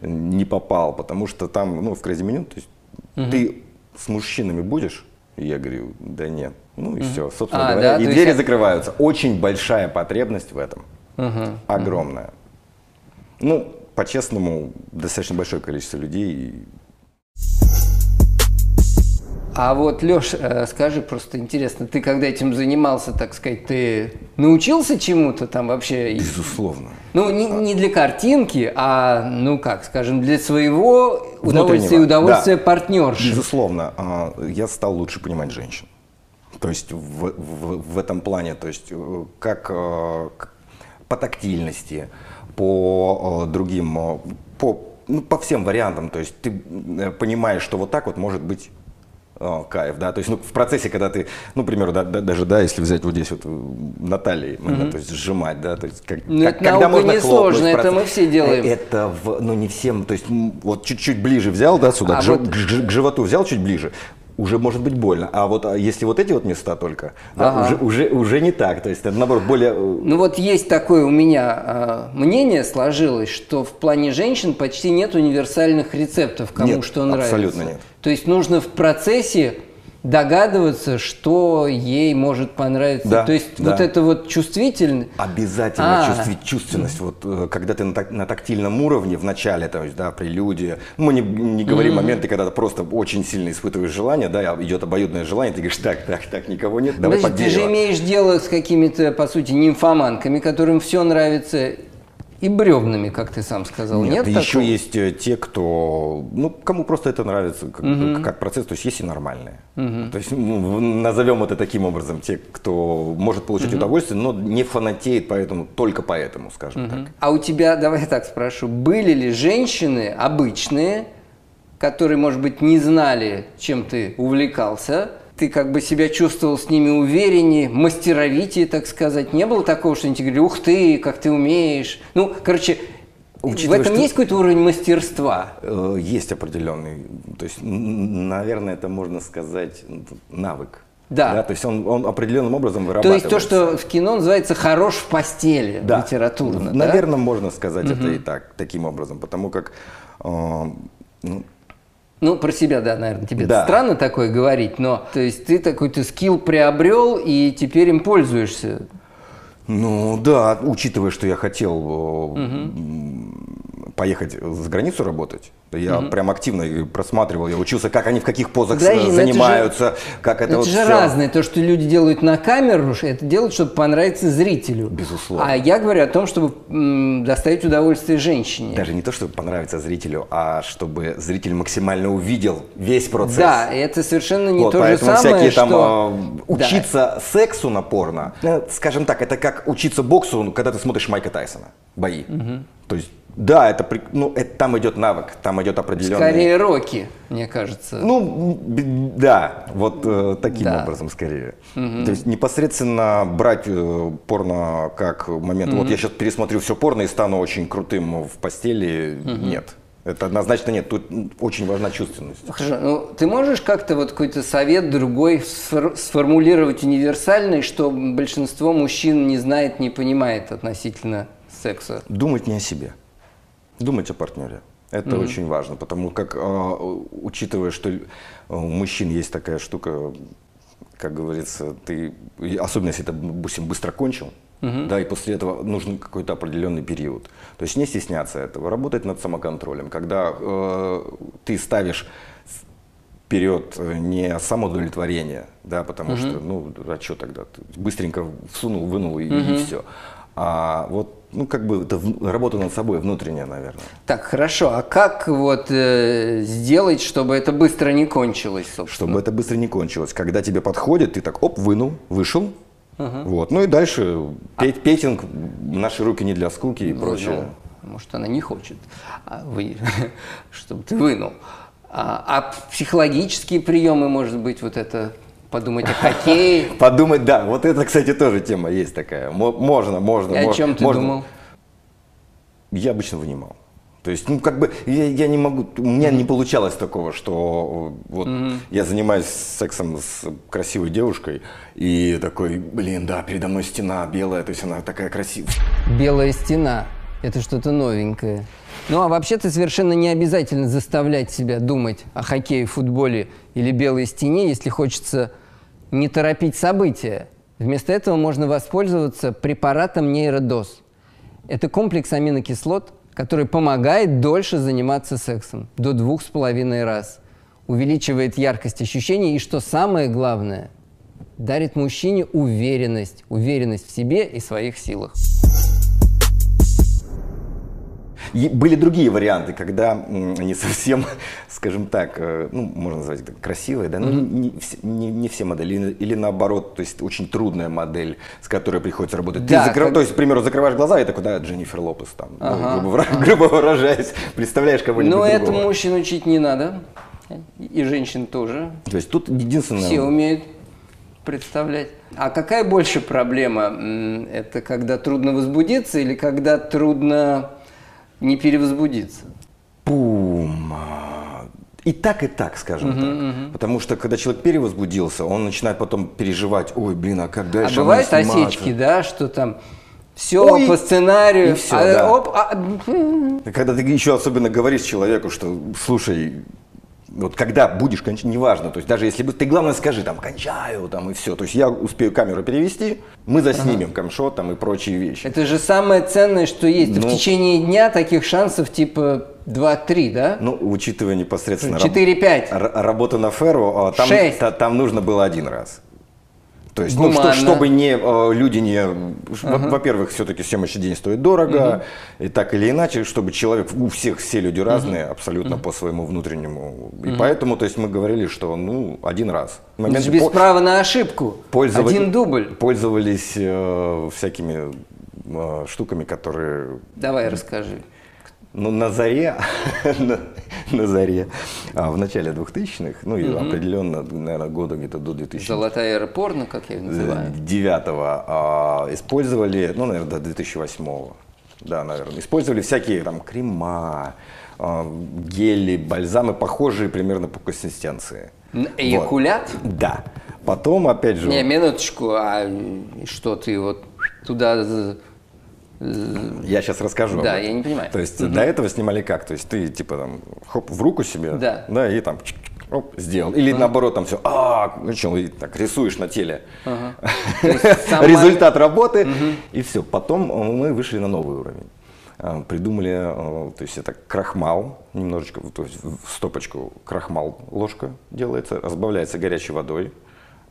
Speaker 1: не попал, потому что там, ну, в Crazy Menu, то есть ты с мужчинами будешь? И я говорю, да нет. Ну и все, собственно
Speaker 3: А,
Speaker 1: говоря,
Speaker 3: да, то
Speaker 1: и
Speaker 3: есть
Speaker 1: двери
Speaker 3: это-
Speaker 1: закрываются. Очень большая потребность в этом, огромная. Ну, по-честному, достаточно большое количество людей.
Speaker 3: А вот, Леш, скажи просто интересно, ты когда этим занимался, так сказать, ты научился чему-то там вообще?
Speaker 1: и, безусловно.
Speaker 3: Ну, не, не для картинки, а, ну как, скажем, для своего удовольствия и
Speaker 1: Внутреннего,
Speaker 3: удовольствия
Speaker 1: да.
Speaker 3: партнерши.
Speaker 1: Безусловно, а, я стал лучше понимать женщин. То есть в, в- в этом плане, то есть э, как э, к- по тактильности, по э, другим, э, по, ну, по всем вариантам. То есть ты э, понимаешь, что вот так вот может быть э, кайф, да, то есть, ну, в процессе, когда ты, ну, к примеру, да, да- даже, да, если взять вот здесь вот э, на талии, момент, то есть сжимать, да, то есть, как,
Speaker 3: Ну,
Speaker 1: как-
Speaker 3: это наука не
Speaker 1: хлопнуть
Speaker 3: сложная,
Speaker 1: в процессе.
Speaker 3: это мы все делаем.
Speaker 1: Э, это, в- ну, не всем, то есть, м, вот чуть-чуть ближе взял, да, сюда,
Speaker 3: А
Speaker 1: к, жи-
Speaker 3: вот-
Speaker 1: к жи- к животу взял чуть ближе, уже может быть больно. А вот а если вот эти вот места только, да,
Speaker 3: Ага.
Speaker 1: уже, уже, уже не так. То есть, это, наоборот, более... э,
Speaker 3: Ну вот есть такое у меня а, мнение сложилось, что в плане женщин почти нет универсальных рецептов, кому
Speaker 1: Нет,
Speaker 3: что нравится.
Speaker 1: абсолютно нет.
Speaker 3: То есть нужно в процессе догадываться, что ей может понравиться.
Speaker 1: Да,
Speaker 3: То есть
Speaker 1: да.
Speaker 3: вот это вот чувствительность.
Speaker 1: Обязательно
Speaker 3: А.
Speaker 1: чувствует чувственность. Вот э, когда ты на, так- на тактильном уровне в начале, то есть, да, прелюдия. Ну, Мы не, не говорим моменты, когда ты просто очень сильно испытываешь желание, да, и идет обоюдное желание, ты говоришь, так, так, так, никого нет, давай под
Speaker 3: Подожди, ты же
Speaker 1: дерево».
Speaker 3: имеешь дело с какими-то, по сути, нимфоманками, которым все нравится, и бревнами, как ты сам сказал. Ну, Нет,
Speaker 1: Нет,
Speaker 3: такого?
Speaker 1: еще есть э, те, кто, ну, кому просто это нравится как, как процесс, то есть есть и нормальные. То есть ну, в- назовем это таким образом, те, кто может получить удовольствие, но не фанатеет поэтому, только поэтому, скажем так.
Speaker 3: А у тебя, давай я так спрошу, были ли женщины обычные, которые, может быть, не знали, чем ты увлекался? Ты как бы себя чувствовал с ними увереннее, мастеровитее, так сказать? Не было такого, что они тебе говорили, ух ты, как ты умеешь? Ну, короче,
Speaker 1: Учитывая,
Speaker 3: в этом
Speaker 1: что-
Speaker 3: есть какой-то уровень мастерства?
Speaker 1: Э, Есть определенный, то есть, н- н- наверное, это можно сказать н- навык.
Speaker 3: Да.
Speaker 1: то есть он, он определенным образом
Speaker 3: То есть
Speaker 1: вырабатывается.
Speaker 3: то, что в кино называется «хорош в постели»
Speaker 1: Да.
Speaker 3: литературно, да?
Speaker 1: Наверное, можно сказать это и так, таким образом, потому как э, ну,
Speaker 3: Ну, про себя, да, наверное, тебе
Speaker 1: Да.
Speaker 3: странно такое говорить, но то есть ты такой-то скилл приобрел и теперь им пользуешься.
Speaker 1: Ну да, учитывая, что я хотел э, м, поехать за границу работать, я прям активно и просматривал, я учился, как они в каких позах э,
Speaker 3: Подожди, но ну, это же-
Speaker 1: занимаются, как это,
Speaker 3: Это,
Speaker 1: вот
Speaker 3: же
Speaker 1: всё.
Speaker 3: разное. То, что люди делают на камеру, ш- это делают, чтобы понравиться зрителю.
Speaker 1: Безусловно.
Speaker 3: А я говорю о том, чтобы м, доставить удовольствие женщине.
Speaker 1: Даже не то, чтобы понравится зрителю, а чтобы зритель максимально увидел весь процесс.
Speaker 3: Да, это совершенно не
Speaker 1: вот,
Speaker 3: то же
Speaker 1: поэтому
Speaker 3: самое,
Speaker 1: всякие
Speaker 3: что...
Speaker 1: там э,
Speaker 3: Да.
Speaker 1: учиться сексу на порно, э, скажем так, это как учиться боксу, ну, когда ты смотришь Майка Тайсона, бои. То есть, да, это, при- ну, это там идет навык, там идет определенный...
Speaker 3: Скорее Рокки, мне кажется.
Speaker 1: Ну, б- да, вот э, таким
Speaker 3: Да.
Speaker 1: образом скорее. То есть непосредственно брать э, порно как момент, вот я сейчас пересмотрю все порно и стану очень крутым в постели, нет. Это однозначно нет, тут м, очень важна чувственность.
Speaker 3: Хорошо, ну ты можешь как-то вот какой-то совет другой сфор- сформулировать универсальный, что большинство мужчин не знает, не понимает относительно секса?
Speaker 1: Думать не о себе, думать о партнере. Это очень важно, потому как, э, учитывая, что л- у мужчин есть такая штука, как говорится, ты, и особенно если ты, допустим, быстро кончил, да, и после этого нужен какой-то определенный период. То есть не стесняться этого, работать над самоконтролем, когда э, ты ставишь с- вперед э, не самоудовлетворение, да, потому что, ну, а что тогда? Ты быстренько всунул, вынул и, все. А вот, ну, как бы это в- работа над собой внутренняя, наверное.
Speaker 3: Так, хорошо, а как вот э, сделать, чтобы это быстро не кончилось, собственно?
Speaker 1: Чтобы это быстро не кончилось. Когда тебе подходит, ты так, оп, вынул, вышел. Вот. Ну и дальше петь, петинг, наши руки не для скуки и
Speaker 3: А Ну,
Speaker 1: прочее.
Speaker 3: ну, может, она не хочет, а вы, чтобы ты вынул. А, а психологические приемы, может быть, вот это подумать о хоккее?
Speaker 1: Подумать, да, вот это, кстати, тоже тема есть такая. Мо- Можно, можно.
Speaker 3: И о
Speaker 1: мож-
Speaker 3: чем ты
Speaker 1: можно.
Speaker 3: думал?
Speaker 1: Я обычно вынимал. То есть, ну, как бы, я, я не могу, у меня не получалось такого, что э, вот я занимаюсь сексом с красивой девушкой, и такой, блин, да, передо мной стена белая, то есть она такая красивая.
Speaker 3: Белая стена. Это что-то новенькое. Ну, а вообще-то совершенно не обязательно заставлять себя думать о хоккее, футболе или белой стене, если хочется не торопить события. Вместо этого можно воспользоваться препаратом нейродоз. Это комплекс аминокислот, который помогает дольше заниматься сексом, до двух с половиной раз, увеличивает яркость ощущений и, что самое главное, дарит мужчине уверенность, уверенность в себе и своих силах.
Speaker 1: И были другие варианты, когда м, не совсем, скажем так, э, ну, можно назвать это красивые, да, но не, вс- не- не все модели, или, или наоборот, то есть очень трудная модель, с которой приходится работать.
Speaker 3: Да,
Speaker 1: Ты закры-
Speaker 3: как-
Speaker 1: То есть, к примеру, закрываешь глаза и такой, да, Дженнифер Лопес там, ну, грубо, вра- грубо выражаясь, представляешь кого-нибудь
Speaker 3: Но
Speaker 1: другого.
Speaker 3: этому мужчин учить не надо. И женщин тоже.
Speaker 1: То есть тут единственное...
Speaker 3: Все умеют представлять. А какая больше проблема? М, Это когда трудно возбудиться или когда трудно не перевозбудиться?
Speaker 1: Пум. а, и так, и так, скажем так. Потому что, когда человек перевозбудился, он начинает потом переживать, ой, блин, а как
Speaker 3: А
Speaker 1: дальше мне
Speaker 3: бывают
Speaker 1: сниматься?»
Speaker 3: осечки, да, что там все
Speaker 1: Ой,
Speaker 3: по сценарию,
Speaker 1: и всё,
Speaker 3: а,
Speaker 1: да.
Speaker 3: оп, а, м,
Speaker 1: И Когда ты еще особенно говоришь человеку, что слушай, вот когда будешь кончать, неважно, то есть даже если бы ты главное скажи там кончаю там и все, то есть я успею камеру перевести, мы заснимем камшот там и прочие вещи.
Speaker 3: это же самое ценное, что есть. Ты
Speaker 1: Ну.
Speaker 3: в течение дня таких шансов типа 2-3, да?
Speaker 1: Ну, А, учитывая непосредственно раб-
Speaker 3: 4-5.
Speaker 1: р- работу на ферру, а, там,
Speaker 3: Шесть.
Speaker 1: та- там нужно было один раз. То есть, ну, что-
Speaker 3: Гуманно.
Speaker 1: чтобы не, э, люди не... ш- во- Во-первых, все-таки съемочный день стоит дорого, и так или иначе, чтобы человек... У всех все люди разные, абсолютно по своему внутреннему. И поэтому, то есть, мы говорили, что, ну, один раз.
Speaker 3: Это же
Speaker 1: Моменты
Speaker 3: без
Speaker 1: по-
Speaker 3: права на ошибку.
Speaker 1: пользовали-
Speaker 3: Один дубль.
Speaker 1: Пользовались э, всякими э, штуками, которые
Speaker 3: Давай расскажи.
Speaker 1: ну, на заре, на, на заре, а, в начале 2000-х, ну, и определенно, наверное, года где-то до 2009
Speaker 3: Золотая эра порно, как я
Speaker 1: Э,
Speaker 3: ее называю.
Speaker 1: а, использовали, ну, наверное, до 2008 да, наверное, использовали всякие там крема, а, гели, бальзамы, похожие примерно по консистенции.
Speaker 3: Н-
Speaker 1: Вот.
Speaker 3: Эякулят?
Speaker 1: Да. Потом, опять же,
Speaker 3: Не, минуточку, а м, что ты вот туда... з- з-
Speaker 1: Я сейчас расскажу. об
Speaker 3: Да,
Speaker 1: этом.
Speaker 3: я не понимаю.
Speaker 1: То есть до этого снимали как? То есть ты типа там хоп в руку себе,
Speaker 3: Да.
Speaker 1: да, и там чик-чик, оп, сделал. Или наоборот там все, а, ну чё, и так рисуешь на теле.
Speaker 3: То есть сама-
Speaker 1: Результат работы и все. Потом э, мы вышли на новый уровень. Э, Придумали, э, то есть это крахмал немножечко, то есть в в стопочку крахмал ложка делается, разбавляется горячей водой,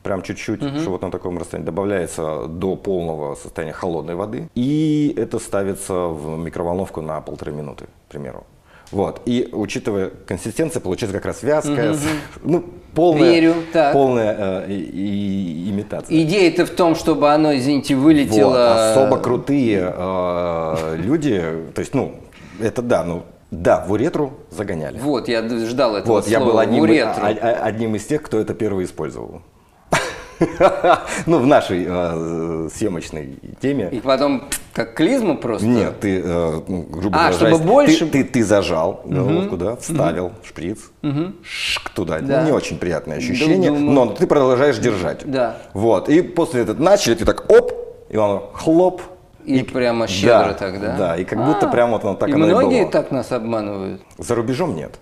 Speaker 1: прям чуть-чуть, что вот на таком расстоянии, добавляется до полного состояния холодной воды, и это ставится в микроволновку на полторы минуты, к примеру. Вот. И учитывая консистенцию, получается как раз вязкая, с- ну, полная,
Speaker 3: Верю, так.
Speaker 1: полная э, и- и- имитация.
Speaker 3: Идея-то в том, чтобы оно, извините,
Speaker 1: Вот, а
Speaker 3: вылетело...
Speaker 1: особо крутые э, люди, то есть, ну, это да, ну, да, в уретру загоняли.
Speaker 3: Вот, я д- ждал этого
Speaker 1: Вот, я
Speaker 3: слова.
Speaker 1: был одним,
Speaker 3: Уретру.
Speaker 1: а- а- одним из тех, кто это первый использовал. Ну, в нашей э, съемочной
Speaker 3: И
Speaker 1: теме.
Speaker 3: потом как клизму просто?
Speaker 1: Нет, ты, э, ну, грубо
Speaker 3: А,
Speaker 1: выражаясь,
Speaker 3: чтобы
Speaker 1: ты-
Speaker 3: больше-
Speaker 1: Ты, ты зажал головку, да, вставил шприц, шк туда.
Speaker 3: Да.
Speaker 1: Ну, не очень приятное ощущение,
Speaker 3: думаю.
Speaker 1: но ты продолжаешь держать.
Speaker 3: Да.
Speaker 1: Вот, и после этого начали, ты так оп, и он хлоп,
Speaker 3: И прямо щедро тогда.
Speaker 1: Да, и как будто прям вот оно так
Speaker 3: и
Speaker 1: оно и
Speaker 3: многие
Speaker 1: было.
Speaker 3: так нас обманывают.
Speaker 1: За рубежом нет.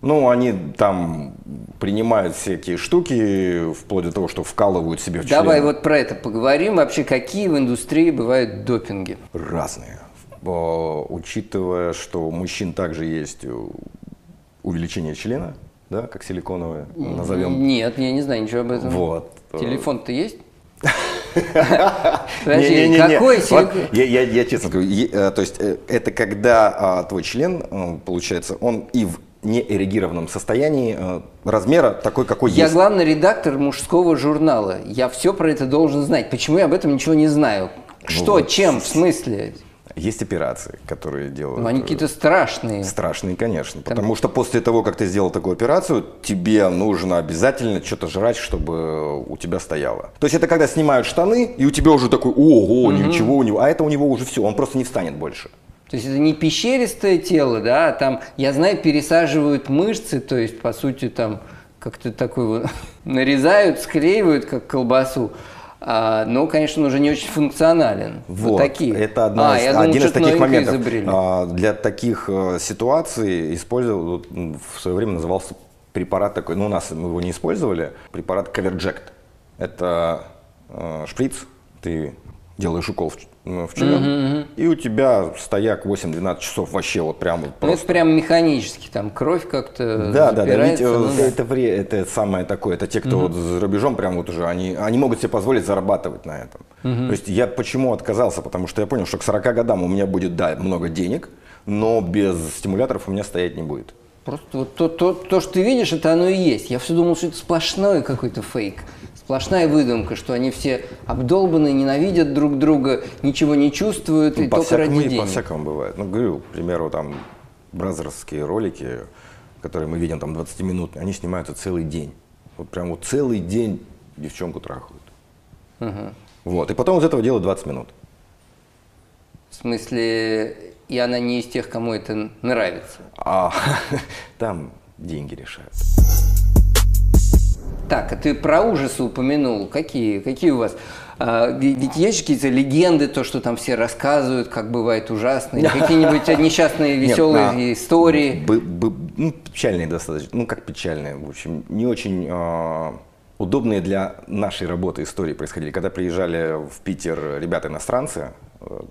Speaker 1: Ну, они там принимают всякие штуки, вплоть до того, что вкалывают себе в член.
Speaker 3: Давай вот про это поговорим. Вообще, какие в индустрии бывают допинги?
Speaker 1: Разные. Э, Учитывая, что у мужчин также есть э, увеличение члена, да, как силиконовое, назовем.
Speaker 3: Нет, я не знаю ничего об этом.
Speaker 1: Вот.
Speaker 3: Телефон-то есть? Подожди,
Speaker 1: Не-не-не-не.
Speaker 3: какой
Speaker 1: Вот
Speaker 3: силик-
Speaker 1: я, я- я честно говорю, е- э, то есть э, это когда а, твой член, э, получается, он и в неэрегированном состоянии э, размера такой, какой
Speaker 3: Я
Speaker 1: есть.
Speaker 3: главный редактор мужского журнала. Я все про это должен знать. Почему я об этом ничего не знаю? Что,
Speaker 1: Ну вот.
Speaker 3: чем, в смысле?
Speaker 1: Есть операции, которые делают.
Speaker 3: Ну, они
Speaker 1: э,
Speaker 3: какие-то страшные.
Speaker 1: Страшные, конечно. Потому что после того, как ты сделал такую операцию, тебе нужно обязательно что-то жрать, чтобы у тебя стояло. То есть это когда снимают штаны, и у тебя уже такой, ого, ничего у него. А это у него уже все, он просто не встанет больше.
Speaker 3: То есть это не пещеристое тело, да, а там, я знаю, пересаживают мышцы, то есть, по сути, там как-то такой вот нарезают, склеивают, как колбасу. А, но, конечно, он уже не очень функционален. Вот, такие.
Speaker 1: Это одна
Speaker 3: а,
Speaker 1: из-
Speaker 3: я думал,
Speaker 1: один из
Speaker 3: что-то
Speaker 1: таких
Speaker 3: новенькое
Speaker 1: моментов.
Speaker 3: изобрели. Ну,
Speaker 1: А, Для таких э, ситуаций использовал, вот, м, в свое время назывался препарат такой, ну у нас мы его не использовали, препарат Coverject. Это э, шприц, ты делаешь укол в, ч- ну, в член, и у тебя стояк 8-12 часов вообще вот прям вот
Speaker 3: ну, это
Speaker 1: просто.
Speaker 3: прям механически, там кровь как-то
Speaker 1: Да, да, да, ведь,
Speaker 3: запирается,
Speaker 1: э,
Speaker 3: ну, да.
Speaker 1: это, вре- это самое такое, это те, кто вот за рубежом прям вот уже, они, они могут себе позволить зарабатывать на этом. То есть я почему отказался, потому что я понял, что к 40 годам у меня будет, да, много денег, но без стимуляторов у меня стоять не будет.
Speaker 3: Просто вот то, то, то, что ты видишь, это оно и есть. Я все думал, что это сплошной какой-то фейк. Сплошная выдумка, что они все обдолбаны, ненавидят друг друга, ничего не чувствуют и только
Speaker 1: по-всякому,
Speaker 3: ради
Speaker 1: Ну, и
Speaker 3: денег.
Speaker 1: по-всякому бывает. Ну, говорю, к примеру, там, бразерские ролики, которые мы видим там 20 минут, они снимаются целый день. Вот прям вот целый день девчонку трахают. Вот, и потом из этого делают 20 минут.
Speaker 3: В смысле, и она не из тех, кому это нравится.
Speaker 1: А там деньги решают.
Speaker 3: Так, а ты про ужасы упомянул. Какие, какие у вас? А, ви- ведь есть же какие-то легенды, то, что там все рассказывают, как бывает ужасно, или какие-нибудь несчастные,
Speaker 1: Нет,
Speaker 3: веселые
Speaker 1: на-
Speaker 3: истории.
Speaker 1: бы- бы- ну, печальные достаточно. Ну, как печальные, в общем, не очень э, удобные для нашей работы истории происходили. Когда приезжали в Питер ребята-иностранцы,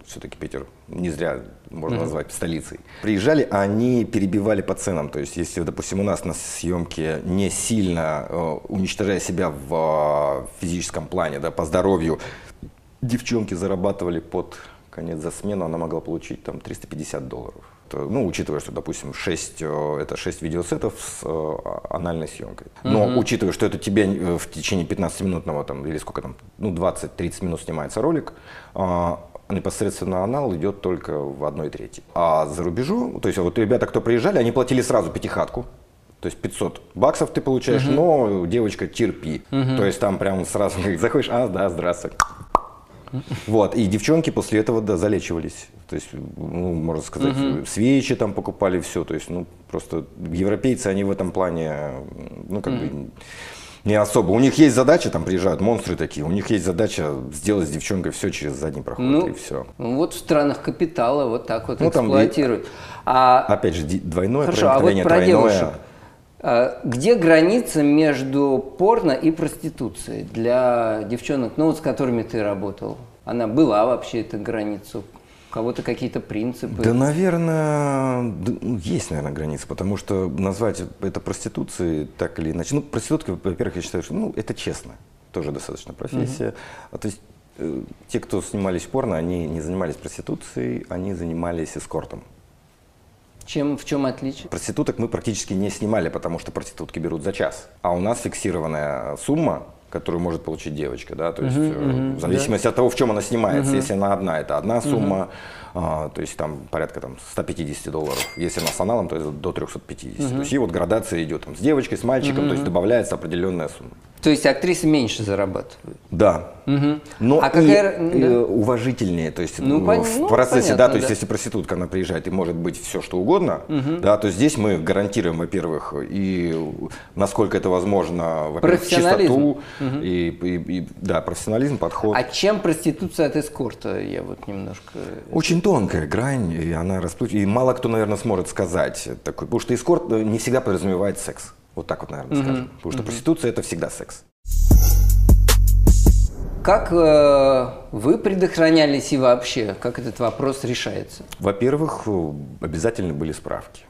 Speaker 1: все-таки Питер не зря можно назвать столицей, приезжали, а они перебивали по ценам. То есть, если, допустим, у нас на съемке не сильно, э, уничтожая себя в э, физическом плане, да, по здоровью, девчонки зарабатывали под конец за смену, она могла получить там 350 долларов. Это, Ну, учитывая, что, допустим, 6, это 6 видеосетов с э, анальной съемкой. Но учитывая, что это тебе э, в течение 15-минутного, там, или сколько там, ну, 20-30 минут снимается ролик, а, непосредственно анал идет только в одной трети. А за рубежу, то есть вот ребята, кто приезжали, они платили сразу пятихатку, то есть 500 баксов ты получаешь, но девочка терпи. То есть там прям сразу как заходишь, а, да, здравствуй. Вот, и девчонки после этого, да, залечивались. То есть, ну, можно сказать, свечи там покупали, все. То есть, ну, просто европейцы, они в этом плане, ну, как бы не особо. У них есть задача, там приезжают монстры такие, у них есть задача сделать с девчонкой все через задний проход,
Speaker 3: Ну,
Speaker 1: и все.
Speaker 3: ну, вот в странах капитала вот так вот
Speaker 1: Ну, там и-
Speaker 3: эксплуатируют. А,
Speaker 1: Опять же, ди- двойное
Speaker 3: хорошо, а вот
Speaker 1: проникновение,
Speaker 3: про
Speaker 1: тройное.
Speaker 3: девушек. А, Где граница между порно и проституцией для девчонок, ну вот с которыми ты работал? Она была вообще эта граница? У кого-то какие-то принципы?
Speaker 1: Да, наверное, д- ну, есть, наверное, граница, потому что назвать это проституцией так или иначе. Ну, проститутка, во-первых, я считаю, что ну, это честно, тоже достаточно профессия. А То есть э, те, кто снимались в порно, они не занимались проституцией, они занимались эскортом.
Speaker 3: Чем, в чем отличие?
Speaker 1: Проституток мы практически не снимали, потому что проститутки берут за час. А у нас фиксированная сумма, которую может получить девочка, да, то есть э, в зависимости от того, в чем она снимается. Если она одна, это одна сумма, а, то есть там порядка там 150 долларов. Если она с аналом, то это до 350. То есть и вот градация идет там с девочкой, с мальчиком, то есть добавляется определенная сумма.
Speaker 3: То есть актрисы меньше зарабатывают.
Speaker 1: Да. Но
Speaker 3: А
Speaker 1: и,
Speaker 3: какая р-
Speaker 1: э,
Speaker 3: да.
Speaker 1: уважительнее, то есть
Speaker 3: Ну,
Speaker 1: ну,
Speaker 3: пон-
Speaker 1: в
Speaker 3: ну,
Speaker 1: процессе,
Speaker 3: понятно,
Speaker 1: да, то есть
Speaker 3: да.
Speaker 1: если проститутка, она приезжает и может быть все что угодно, да, то здесь мы гарантируем, во-первых, и насколько это возможно, во-первых,
Speaker 3: Профессионализм.
Speaker 1: чистоту и, и- и, да, профессионализм, подход.
Speaker 3: А чем проституция от эскорта? Я вот немножко...
Speaker 1: Очень тонкая грань, и она расплыв... И мало кто, наверное, сможет сказать такой, потому что эскорт э, не всегда подразумевает секс. Вот так вот, наверное, скажем. Потому что проституция это всегда секс.
Speaker 3: Как э, вы предохранялись и вообще? Как этот вопрос решается?
Speaker 1: Во-первых, э, обязательно были справки.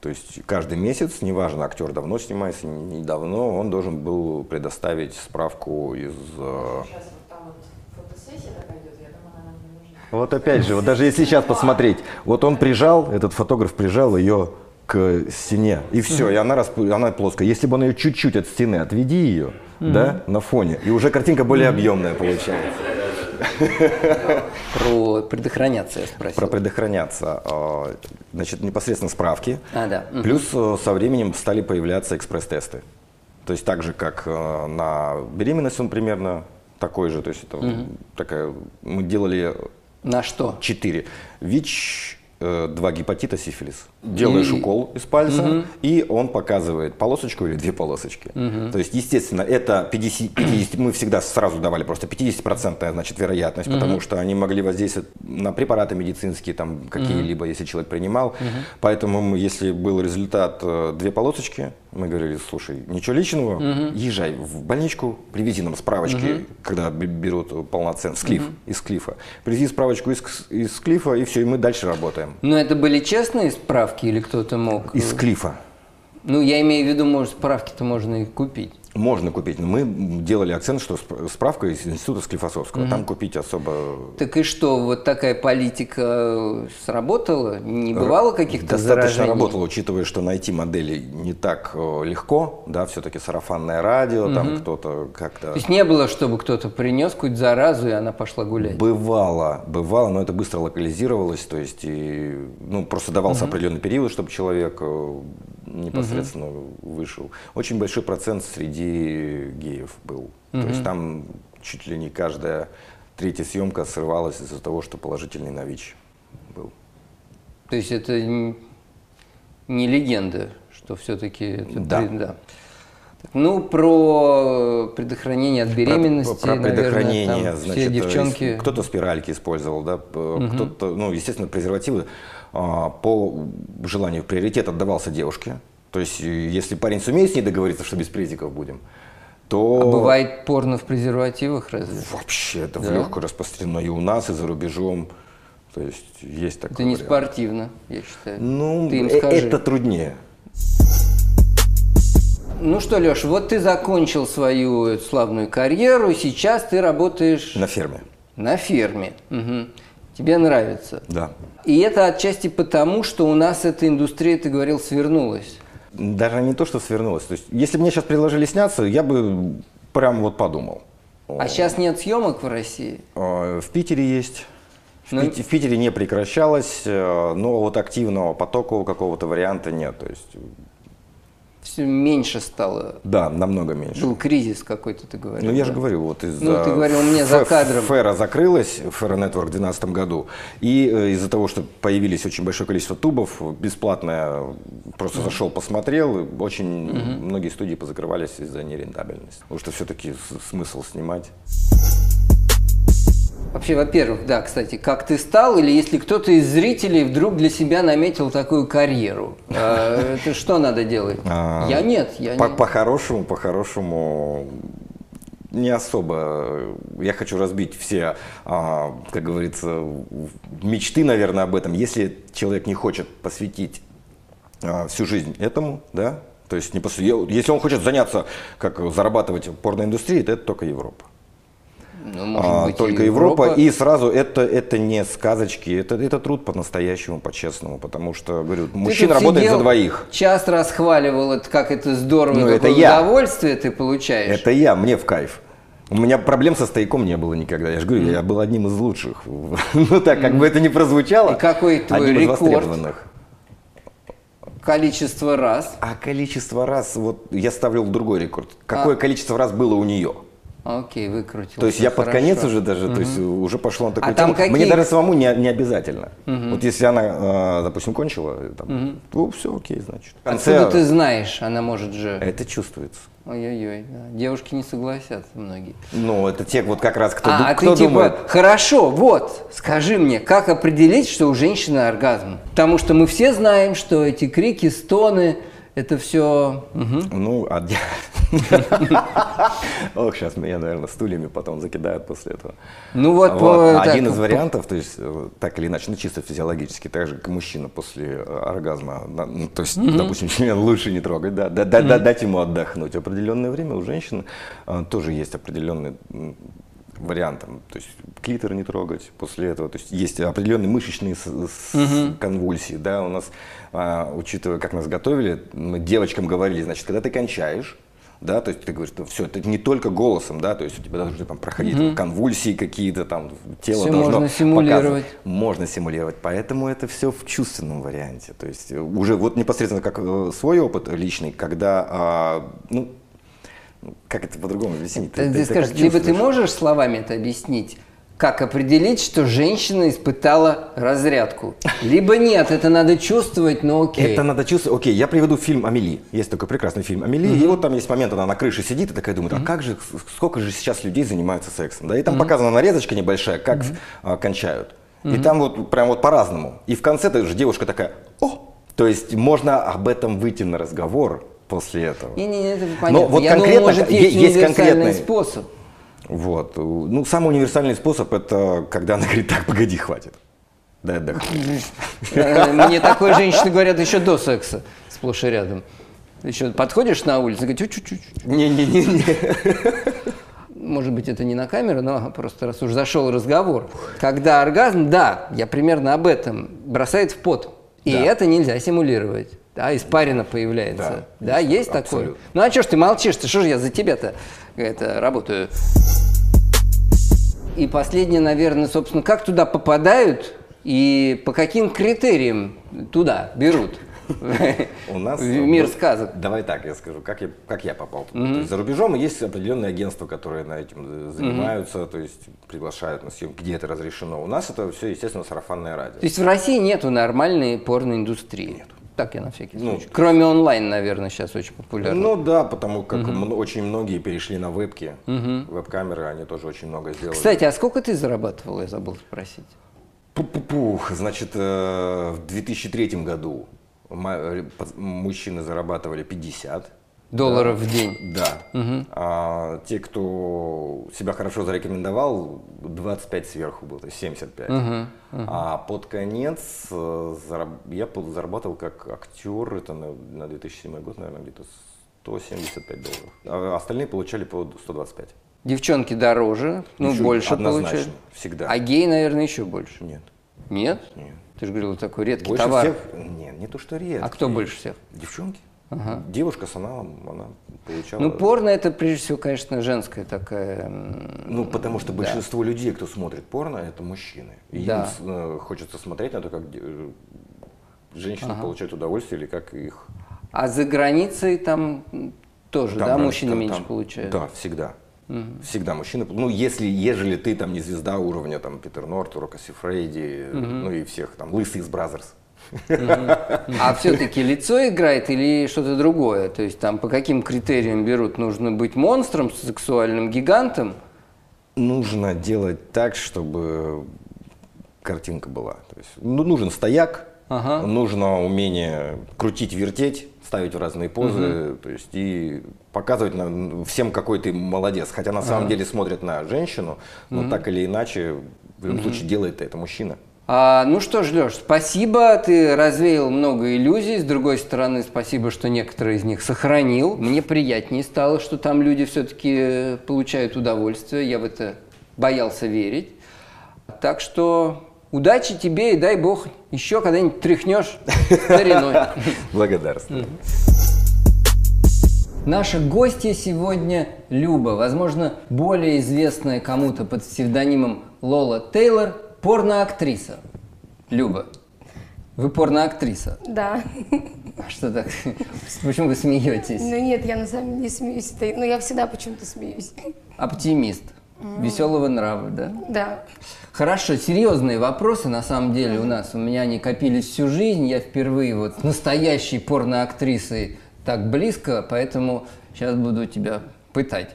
Speaker 1: То есть каждый месяц, неважно, актер давно снимается, н- недавно, он должен был предоставить справку из... э,
Speaker 4: Сейчас вот там вот фотосессия такая идет, я думаю, она нам не нужна.
Speaker 1: Вот опять же, вот даже если сейчас посмотреть, вот он прижал, этот фотограф прижал ее к стене, и все, и она, расп- она плоская. Если бы он ее чуть-чуть от стены, отведи ее, да, на фоне, и уже картинка более объемная получается.
Speaker 3: Про предохраняться я спросил.
Speaker 1: Про предохраняться. э, Значит, непосредственно справки.
Speaker 3: А, да. Мгм.
Speaker 1: Плюс э, со временем стали появляться экспресс-тесты. То есть так же, как э, на беременность он примерно такой же. То есть это такая... Мы делали
Speaker 3: На что?
Speaker 1: четыре. ВИЧ, э, два гепатита, сифилис. Делаешь укол из пальца, и он показывает полосочку или две полосочки. То есть, естественно, это 50, 50 мы всегда сразу давали просто 50% значит, вероятность, потому что они могли воздействовать на препараты медицинские, там какие-либо, если человек принимал. Поэтому, мы, если был результат э, две полосочки, мы говорили, слушай, ничего личного, езжай в больничку, привези нам справочки, когда б- берут полноценный склиф, из клифа. Привези справочку из, кс- из клифа, и все, и мы дальше работаем.
Speaker 3: Ну, это были честные справки или кто-то мог?
Speaker 1: Из клифа.
Speaker 3: Ну, я имею в виду, может, справки-то можно и купить.
Speaker 1: Можно купить, но мы делали акцент, что сп- справка из института Склифосовского. Там купить особо
Speaker 3: Так и что, вот такая политика э, сработала? Не бывало каких-то
Speaker 1: э, достаточно
Speaker 3: заражений?
Speaker 1: работало, учитывая, что найти модели не так э, легко, да, все-таки сарафанное радио, там кто-то как-то...
Speaker 3: То есть не было, чтобы кто-то принес какую-то заразу, и она пошла гулять?
Speaker 1: Бывало, бывало, но это быстро локализировалось, то есть и, ну, просто давался определенный период, чтобы человек э, непосредственно вышел. Очень большой процент среди геев был. То есть там чуть ли не каждая третья съемка срывалась из-за того, что положительный на ВИЧ был.
Speaker 3: То есть это н- не легенда, что что все-таки...
Speaker 1: Да.
Speaker 3: Ну, про предохранение от беременности,
Speaker 1: Про
Speaker 3: наверное,
Speaker 1: предохранение,
Speaker 3: там
Speaker 1: значит,
Speaker 3: все
Speaker 1: э,
Speaker 3: девчонки...
Speaker 1: ис- кто-то спиральки использовал, да, п- кто-то, ну, естественно, презервативы а, по желанию приоритет отдавался девушке. То есть, э, если парень сумеет с ней договориться, что без презиков будем, то
Speaker 3: А бывает порно в презервативах разве?
Speaker 1: вообще это в
Speaker 3: Да.
Speaker 1: легкую распространено и у нас, и за рубежом. То есть есть такое.
Speaker 3: Это не спортивно, я считаю.
Speaker 1: Ну,
Speaker 3: ты им
Speaker 1: э,
Speaker 3: скажи.
Speaker 1: это труднее.
Speaker 3: Ну что, Леш, вот ты закончил свою эту славную карьеру, сейчас ты работаешь
Speaker 1: На ферме.
Speaker 3: на ферме. Мгм. Тебе нравится.
Speaker 1: Да.
Speaker 3: И это отчасти потому, что у нас эта индустрия, ты говорил, свернулась.
Speaker 1: Даже не то, что свернулось. То есть, если бы мне сейчас предложили сняться, я бы прям вот подумал.
Speaker 3: А сейчас нет съемок в России.
Speaker 1: Э, В Питере есть. В,
Speaker 3: Ну,
Speaker 1: Пит- в Питере не прекращалось, э, но вот активного потокового какого-то варианта нет. То есть,
Speaker 3: Все меньше стало.
Speaker 1: да, намного меньше.
Speaker 3: Был кризис какой-то, ты говорил.
Speaker 1: Ну, я же
Speaker 3: Ну, да.
Speaker 1: говорю, вот из-за...
Speaker 3: Ну, ты говорил мне
Speaker 1: Ф-
Speaker 3: за кадром.
Speaker 1: Фера закрылась, Фера Network в 2012 году, и э, из-за того, что появились очень большое количество тубов, бесплатно э, просто зашел, посмотрел, и очень многие студии позакрывались из-за нерентабельности. Потому что все-таки смысл снимать.
Speaker 3: Вообще, во-первых, да, кстати, как ты стал, или если кто-то из зрителей вдруг для себя наметил такую карьеру, э, это что надо делать?
Speaker 1: А,
Speaker 3: Я нет, я
Speaker 1: По-
Speaker 3: не-
Speaker 1: По-хорошему, по-хорошему, не особо. Я хочу разбить все, а, как говорится, мечты, наверное, об этом. Если человек не хочет посвятить а, всю жизнь этому, да, то есть не посв- е- если он хочет заняться, как зарабатывать в порноиндустрии, то это только Европа.
Speaker 3: Ну, может
Speaker 1: А,
Speaker 3: быть, и
Speaker 1: только Европа. И сразу это, это не сказочки, это, это труд по-настоящему, по-честному, потому что, говорю,
Speaker 3: Ты
Speaker 1: мужчина
Speaker 3: тут
Speaker 1: работает
Speaker 3: сидел,
Speaker 1: за двоих.
Speaker 3: Час расхваливал, это, как это здорово,
Speaker 1: Ну, это
Speaker 3: какое
Speaker 1: я.
Speaker 3: удовольствие ты получаешь.
Speaker 1: Это я, мне в кайф. У меня проблем со стояком не было никогда. Я же говорю, я был одним из лучших. Ну так, как бы это ни прозвучало.
Speaker 3: И какой твой
Speaker 1: одним из
Speaker 3: рекорд?
Speaker 1: востребованных.
Speaker 3: Количество раз.
Speaker 1: А количество раз, вот я ставлю другой рекорд. Какое
Speaker 3: А.
Speaker 1: количество раз было у нее?
Speaker 3: Окей, выкрутил.
Speaker 1: То есть я под
Speaker 3: хорошо. А
Speaker 1: конец уже даже, то есть уже пошло на такую
Speaker 3: там
Speaker 1: тему.
Speaker 3: какие-
Speaker 1: Мне даже самому не, не обязательно. Вот если она, э, допустим, кончила, там, ну все окей, значит. В
Speaker 3: Откуда
Speaker 1: конце
Speaker 3: ты знаешь, она может же...
Speaker 1: Это чувствуется.
Speaker 3: Ой-ой-ой, да. девушки не согласятся многие.
Speaker 1: Ну, это те вот как раз, кто, ду-
Speaker 3: а, а
Speaker 1: кто
Speaker 3: ты типа,
Speaker 1: думает.
Speaker 3: хорошо, вот, скажи мне, как определить, что у женщины оргазм? Потому что мы все знаем, что эти крики, стоны, это все...
Speaker 1: Ну, а де- Ох, сейчас меня, наверное, стульями потом закидают после этого.
Speaker 3: Ну вот,
Speaker 1: Вот,
Speaker 3: по-
Speaker 1: а
Speaker 3: так,
Speaker 1: один из
Speaker 3: по-
Speaker 1: вариантов, то есть э, так или иначе, ну чисто физиологически, так же как мужчина после э, оргазма, на- ну, то есть, допустим, член лучше не трогать, да, да, да, да, дать ему отдохнуть. Определенное время у женщин э, тоже есть определенный м, вариант, там, то есть клитор не трогать после этого, то есть есть определенные мышечные с- с- конвульсии, да, у нас, а, учитывая, как нас готовили, мы девочкам говорили, значит, когда ты кончаешь, да, то есть ты говоришь, все, это не только голосом, да, то есть у тебя должны там проходить там, конвульсии какие-то, там тело
Speaker 3: Всё
Speaker 1: должно
Speaker 3: можно симулировать.
Speaker 1: показывать. Можно симулировать, поэтому это все в чувственном варианте, то есть э, уже вот непосредственно как э, свой опыт личный, когда, а, ну, как это по-другому объяснить?
Speaker 3: э, Ты,
Speaker 1: это как
Speaker 3: скажешь, либо ты
Speaker 1: чувствуешь.
Speaker 3: можешь словами это объяснить, как определить, что женщина испытала разрядку, либо нет, это надо чувствовать, но окей.
Speaker 1: Это надо чувствовать. Окей, я приведу фильм Амели. Есть такой прекрасный фильм Амели. И вот там есть момент, она на крыше сидит и такая думает, а как же, сколько же сейчас людей занимаются сексом? Да, и там показана нарезочка небольшая, как а, кончают. И там вот прям вот по-разному. И в конце же девушка такая, о! То есть можно об этом выйти на разговор после этого.
Speaker 3: Не-не-не, это понятно.
Speaker 1: Ну, вот
Speaker 3: Я думаю,
Speaker 1: конкретно
Speaker 3: может,
Speaker 1: е-
Speaker 3: есть,
Speaker 1: есть
Speaker 3: универсальный
Speaker 1: конкретный-
Speaker 3: способ.
Speaker 1: Вот. Ну, самый универсальный способ это когда она говорит, так, погоди, хватит. Дай отдохнуть.
Speaker 3: Э, Мне такой женщины говорят еще до секса, сплошь и рядом. Еще подходишь на улицу, говорит, чуть-чуть.
Speaker 1: Не-не-не.
Speaker 3: Может быть, это не на камеру, но просто раз уж зашел разговор. Когда оргазм, да, я примерно об этом, бросает в пот. И это нельзя симулировать. Да, испарина появляется. Да,
Speaker 1: Да,
Speaker 3: есть такое.
Speaker 1: абсолютно.
Speaker 3: Ну а что ж ты молчишь? Ты что же я за тебя-то это, работаю? И последнее, наверное, собственно, как туда попадают и по каким критериям туда берут?
Speaker 1: У нас
Speaker 3: в мир
Speaker 1: был-
Speaker 3: сказок.
Speaker 1: Давай так, я скажу, как я, как я попал. туда. То есть за рубежом есть определенные агентства, которые на этим э, занимаются, то есть приглашают на съемки, где это разрешено. У нас это все, естественно, сарафанное радио.
Speaker 3: То есть в России нету нормальной порноиндустрии. Нет. Так я на всякий
Speaker 1: Ну.
Speaker 3: случай. Кроме онлайн, наверное, сейчас очень популярно.
Speaker 1: Ну да, потому как мно- очень многие перешли на вебки. Веб-камеры, они тоже очень много сделали.
Speaker 3: Кстати, а сколько ты зарабатывал, я забыл спросить.
Speaker 1: Пу-пу-пух, значит, э, в 2003 году ма- э, пац- мужчины зарабатывали 50.
Speaker 3: Долларов в день.
Speaker 1: Да. А те, кто себя хорошо зарекомендовал, 25 сверху было, то есть 75. А под конец э, зараб- я пол- зарабатывал как актер, это на, на 2007 год, наверное, где-то 175 долларов. А остальные получали по 125.
Speaker 3: Девчонки дороже, ну,
Speaker 1: Ничего,
Speaker 3: больше
Speaker 1: однозначно,
Speaker 3: получают.
Speaker 1: всегда.
Speaker 3: А гей, наверное, еще больше.
Speaker 1: Нет.
Speaker 3: Нет?
Speaker 1: Нет.
Speaker 3: Ты же говорил, такой редкий
Speaker 1: Больше
Speaker 3: товар.
Speaker 1: всех? Нет, не то, что редко.
Speaker 3: А кто больше всех?
Speaker 1: Девчонки. Девушка с аналом, она получала...
Speaker 3: Ну, порно это прежде всего, конечно, женская такая. м,
Speaker 1: Ну, потому что большинство людей, кто смотрит порно, это мужчины. И
Speaker 3: Да.
Speaker 1: им с- э, хочется смотреть на то, как де- э, женщины получают удовольствие или как их...
Speaker 3: А за границей там м, тоже,
Speaker 1: там
Speaker 3: да,
Speaker 1: раз-
Speaker 3: мужчины
Speaker 1: там-
Speaker 3: меньше
Speaker 1: там-
Speaker 3: получают.
Speaker 1: Да, всегда. Всегда мужчины. Ну, если, ежели ты там не звезда уровня, там, Питер Норт, Рока Сифрейди, ну и всех, там, Лысый из Бразерс.
Speaker 3: А все-таки лицо играет или что-то другое? То есть там по каким критериям берут? Нужно быть монстром, сексуальным гигантом?
Speaker 1: Нужно делать так, чтобы картинка была. То есть, ну, нужен стояк,
Speaker 3: Ага.
Speaker 1: нужно умение крутить, вертеть, ставить в разные позы, то есть и показывать на- всем, какой ты молодец. Хотя на самом деле смотрят на женщину, но так или иначе, в любом случае, делает это мужчина.
Speaker 3: А, ну что ж, Леш, спасибо, ты развеял много иллюзий. С другой стороны, спасибо, что некоторые из них сохранил. Мне приятнее стало, что там люди все-таки получают удовольствие. Я в это боялся верить. Так что удачи тебе и дай бог еще когда-нибудь тряхнешь стариной.
Speaker 1: Благодарствую.
Speaker 3: Наша гостья сегодня Люба, возможно, более известная кому-то под псевдонимом Лола Тейлор, порноактриса. Люба, вы порноактриса.
Speaker 2: Да.
Speaker 3: А Что так? Почему вы смеетесь?
Speaker 2: Ну нет, я на самом деле не смеюсь. Это- Ну я всегда почему-то смеюсь.
Speaker 3: Оптимист. Веселого нрава, да?
Speaker 2: Да.
Speaker 3: Хорошо, серьезные вопросы на самом деле у нас. У меня они копились всю жизнь. Я впервые вот с настоящей порноактрисой так близко, поэтому сейчас буду тебя пытать.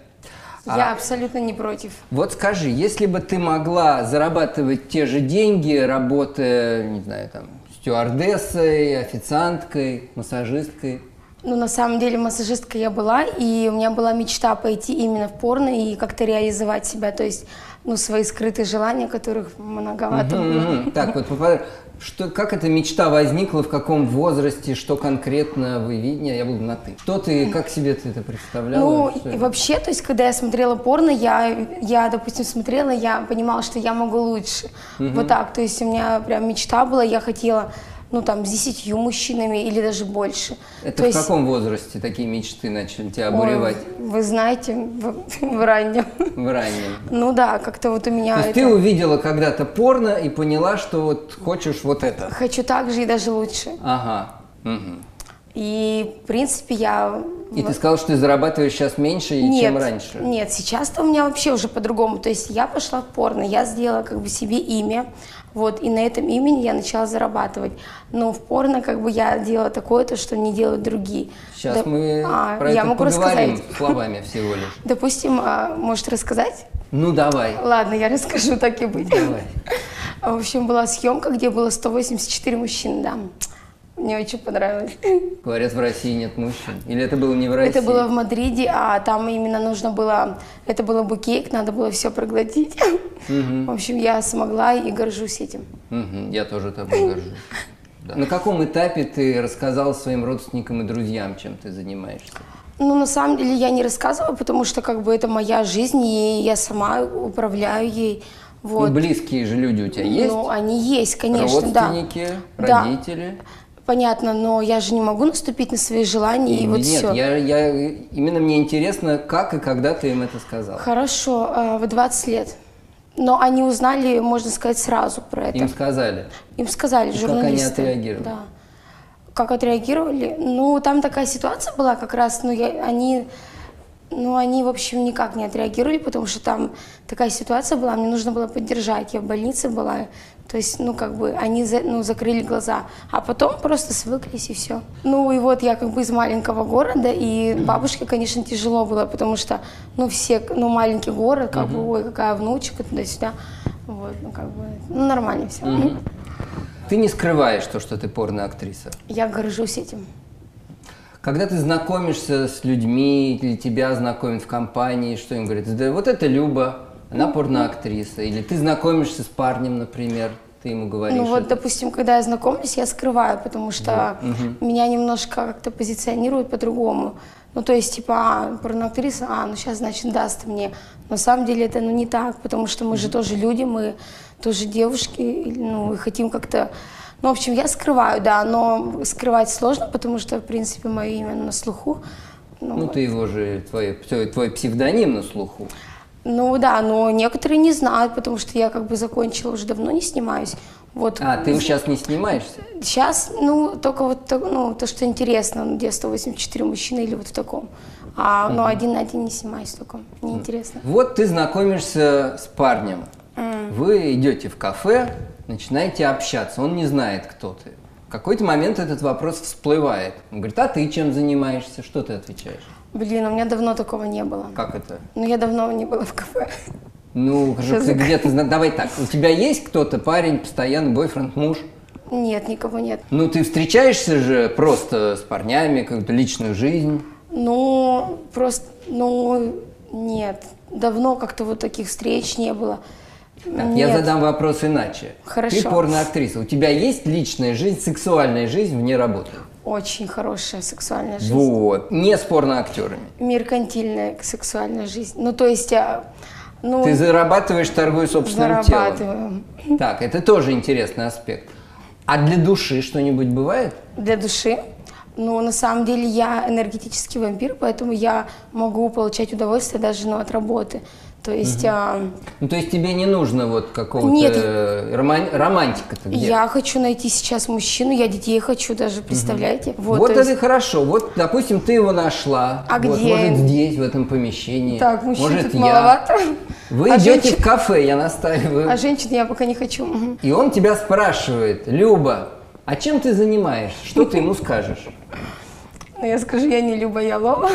Speaker 3: А
Speaker 2: Я абсолютно не против.
Speaker 3: Вот скажи, если бы ты могла зарабатывать те же деньги, работая, не знаю, там, стюардессой, официанткой, массажисткой,
Speaker 2: Ну, на самом деле, массажисткой я была, и у меня была мечта пойти именно в порно и как-то реализовать себя, то есть, ну, свои скрытые желания, которых многовато было.
Speaker 3: Мгм. Так, вот попад- что, как эта мечта возникла, в каком возрасте, что конкретно вы видели? Я буду на ты. Что ты, как себе ты это представляла?
Speaker 2: Ну,
Speaker 3: Что
Speaker 2: и
Speaker 3: это?
Speaker 2: вообще, то есть, когда я смотрела порно, я, я, допустим, смотрела, я понимала, что я могу лучше. Вот так, то есть, у меня прям мечта была, я хотела, ну, там, с десятью мужчинами или даже больше.
Speaker 3: это
Speaker 2: то
Speaker 3: в
Speaker 2: есть,
Speaker 3: каком возрасте такие мечты начали тебя
Speaker 2: ой,
Speaker 3: обуревать
Speaker 2: Вы знаете, в, в раннем.
Speaker 3: в раннем?
Speaker 2: Ну да, как-то вот у меня...
Speaker 3: То есть
Speaker 2: это-
Speaker 3: ты увидела когда-то порно и поняла, что вот хочешь вот это.
Speaker 2: Хочу так же и даже лучше.
Speaker 3: Ага. Мгм.
Speaker 2: И, в принципе, я...
Speaker 3: И ты сказал, что ты зарабатываешь сейчас меньше, чем раньше.
Speaker 2: Нет, сейчас-то у меня вообще уже по-другому. То есть я пошла в порно, я сделала как бы себе имя, вот, и на этом имени я начала зарабатывать. Но в порно как бы я делала такое, то, что не делают другие.
Speaker 3: Сейчас
Speaker 2: Да-
Speaker 3: мы
Speaker 2: А,
Speaker 3: про
Speaker 2: я
Speaker 3: это
Speaker 2: могу
Speaker 3: поговорим
Speaker 2: рассказать.
Speaker 3: словами всего лишь.
Speaker 2: Допустим, а, может рассказать?
Speaker 3: Ну давай.
Speaker 2: Ладно, я расскажу, так и быть.
Speaker 3: Давай.
Speaker 2: В общем, была съемка, где было 184 мужчин, да. Мне очень понравилось.
Speaker 3: Говорят, в России нет мужчин. Или это было не в России?
Speaker 2: Это было в Мадриде, а там именно нужно было, это было букейк, надо было все проглотить. В общем, я смогла и горжусь этим.
Speaker 3: Мгм, я тоже тобой горжусь. Да. На каком этапе ты рассказал своим родственникам и друзьям, чем ты занимаешься?
Speaker 2: Ну, на самом деле, я не рассказывала, потому что как бы это моя жизнь, и я сама управляю ей. Вот.
Speaker 3: Ну, близкие же люди у тебя есть?
Speaker 2: Ну, они есть, конечно, да.
Speaker 3: Родственники,
Speaker 2: Да.
Speaker 3: родители?
Speaker 2: Понятно, но я же не могу наступить на свои желания и, вот
Speaker 3: Нет,
Speaker 2: все.
Speaker 3: я, я, именно мне интересно, как и когда ты им это сказал.
Speaker 2: Хорошо, э, в 20 лет. Но они узнали, можно сказать, сразу про это.
Speaker 3: Им сказали.
Speaker 2: Им сказали,
Speaker 3: И как они
Speaker 2: журналисты.
Speaker 3: отреагировали?
Speaker 2: Да. Как отреагировали? Ну, там такая ситуация была как раз, ну, я, они Ну, они, в общем, никак не отреагировали, потому что там такая ситуация была, мне нужно было поддержать, я в больнице была. То есть, ну, как бы, они за- ну, закрыли глаза, а потом просто свыклись и все. Ну, и вот я как бы из маленького города, и бабушке, конечно, тяжело было, потому что, ну, все, ну, маленький город, как бы, ой, какая внучка, туда-сюда. Вот, ну, как бы, ну, нормально все.
Speaker 3: Ты не скрываешь то, что ты порно-актриса.
Speaker 2: Я горжусь этим.
Speaker 3: Когда ты знакомишься с людьми, или тебя знакомят в компании, что им говорят, да вот это Люба, она порноактриса. Или ты знакомишься с парнем, например, ты ему говоришь.
Speaker 2: Ну вот,
Speaker 3: это.
Speaker 2: допустим, когда я знакомлюсь, я скрываю, потому что меня немножко как-то позиционируют по-другому. Ну, то есть, типа, а, порноактриса, а, ну сейчас, значит, даст мне. На самом деле это, ну, не так, потому что мы же тоже люди, мы тоже девушки, и, ну, и хотим как-то... Ну, в общем, я скрываю, да, но скрывать сложно, потому что, в принципе, мое имя на слуху. Ну,
Speaker 3: Ну, ты его же, твой, твой, твой псевдоним на слуху.
Speaker 2: ну, да, но некоторые не знают, потому что я как бы закончила, уже давно не снимаюсь. Вот.
Speaker 3: А, ты сейчас не снимаешься?
Speaker 2: Сейчас, ну, только вот то, ну, то, что интересно, ну, где 184 мужчины или вот в таком. А, ну, один на один не снимаюсь только, неинтересно.
Speaker 3: Вот ты знакомишься с парнем. Вы идете в кафе, начинаете общаться. Он не знает, кто ты. В какой-то момент этот вопрос всплывает. Он говорит, а ты чем занимаешься? Что ты отвечаешь?
Speaker 2: Блин, у меня давно такого не было.
Speaker 3: Как это?
Speaker 2: Ну, я давно не была в кафе.
Speaker 3: Ну,
Speaker 2: Что
Speaker 3: же ты
Speaker 2: за-
Speaker 3: где-то... зна- Давай так, у тебя есть кто-то, парень, постоянно, бойфренд, муж?
Speaker 2: Нет, никого нет.
Speaker 3: Ну, ты встречаешься же просто с парнями, какую-то личную жизнь.
Speaker 2: Ну, просто, ну, нет. Давно как-то вот таких встреч не было.
Speaker 3: Так,
Speaker 2: Нет.
Speaker 3: я задам вопрос иначе.
Speaker 2: Хорошо.
Speaker 3: Ты порноактриса. У тебя есть личная жизнь, сексуальная жизнь вне работы?
Speaker 2: Очень хорошая сексуальная жизнь.
Speaker 3: Вот. Не с порноактерами.
Speaker 2: Меркантильная сексуальная жизнь. Ну, то есть, а, ну,
Speaker 3: Ты зарабатываешь, торгуя собственным телом.
Speaker 2: зарабатываю.
Speaker 3: Так, это тоже интересный аспект. А для души что-нибудь бывает?
Speaker 2: для души. Но на самом деле я энергетический вампир, поэтому я могу получать удовольствие даже ну, от работы. То есть а,
Speaker 3: Ну, то есть тебе не нужно вот какого-то
Speaker 2: Нет.
Speaker 3: э, роман- романтика-то где?
Speaker 2: я хочу найти сейчас мужчину, я детей хочу даже, представляете?
Speaker 3: Вот,
Speaker 2: то
Speaker 3: это
Speaker 2: есть-
Speaker 3: хорошо. Вот, допустим, ты его нашла.
Speaker 2: А
Speaker 3: Вот,
Speaker 2: где
Speaker 3: Может,
Speaker 2: он?
Speaker 3: здесь, в этом помещении.
Speaker 2: Так, мужчин
Speaker 3: может,
Speaker 2: тут
Speaker 3: я.
Speaker 2: маловато.
Speaker 3: Вы
Speaker 2: а
Speaker 3: идете
Speaker 2: женщин-
Speaker 3: в кафе, я настаиваю.
Speaker 2: а женщин я пока не хочу. Мгм.
Speaker 3: И он тебя спрашивает, Люба, а чем ты занимаешься? Что ты ему скажешь?
Speaker 2: Но Ну, я скажу, я не Люба, я Лола.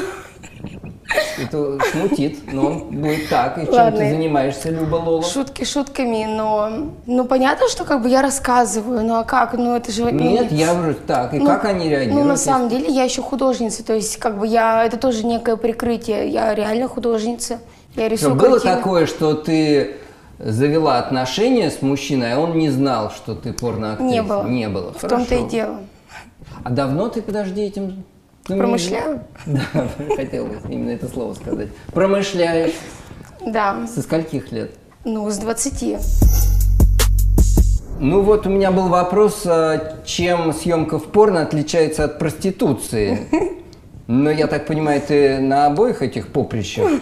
Speaker 3: Это смутит, но он будет так. И чем
Speaker 2: Ладно.
Speaker 3: ты занимаешься, Люба Лола?
Speaker 2: Шутки шутками, но... Ну, понятно, что как бы я рассказываю, ну а как? Ну, это же... ну,
Speaker 3: Нет, я говорю, так. И как они реагируют?
Speaker 2: Ну, на
Speaker 3: если-
Speaker 2: самом деле, я еще художница, то есть, как бы я, это тоже некое прикрытие, я реально художница, я
Speaker 3: Всё,
Speaker 2: рисую
Speaker 3: было
Speaker 2: картины.
Speaker 3: такое, что ты завела отношения с мужчиной, а он не знал, что ты порноактриса?
Speaker 2: Не было.
Speaker 3: Не было.
Speaker 2: В том-то и
Speaker 3: Хорошо.
Speaker 2: дело.
Speaker 3: А давно ты, подожди, этим... ну,
Speaker 2: Промышляю?
Speaker 3: не- Да, хотел бы именно это слово сказать. Промышляешь. ну.
Speaker 2: Да,
Speaker 3: Со скольких лет?
Speaker 2: ну, с 20.
Speaker 3: Ну вот у меня был вопрос, а, чем съемка в порно отличается от проституции? Но я так понимаю, ты на обоих этих поприщах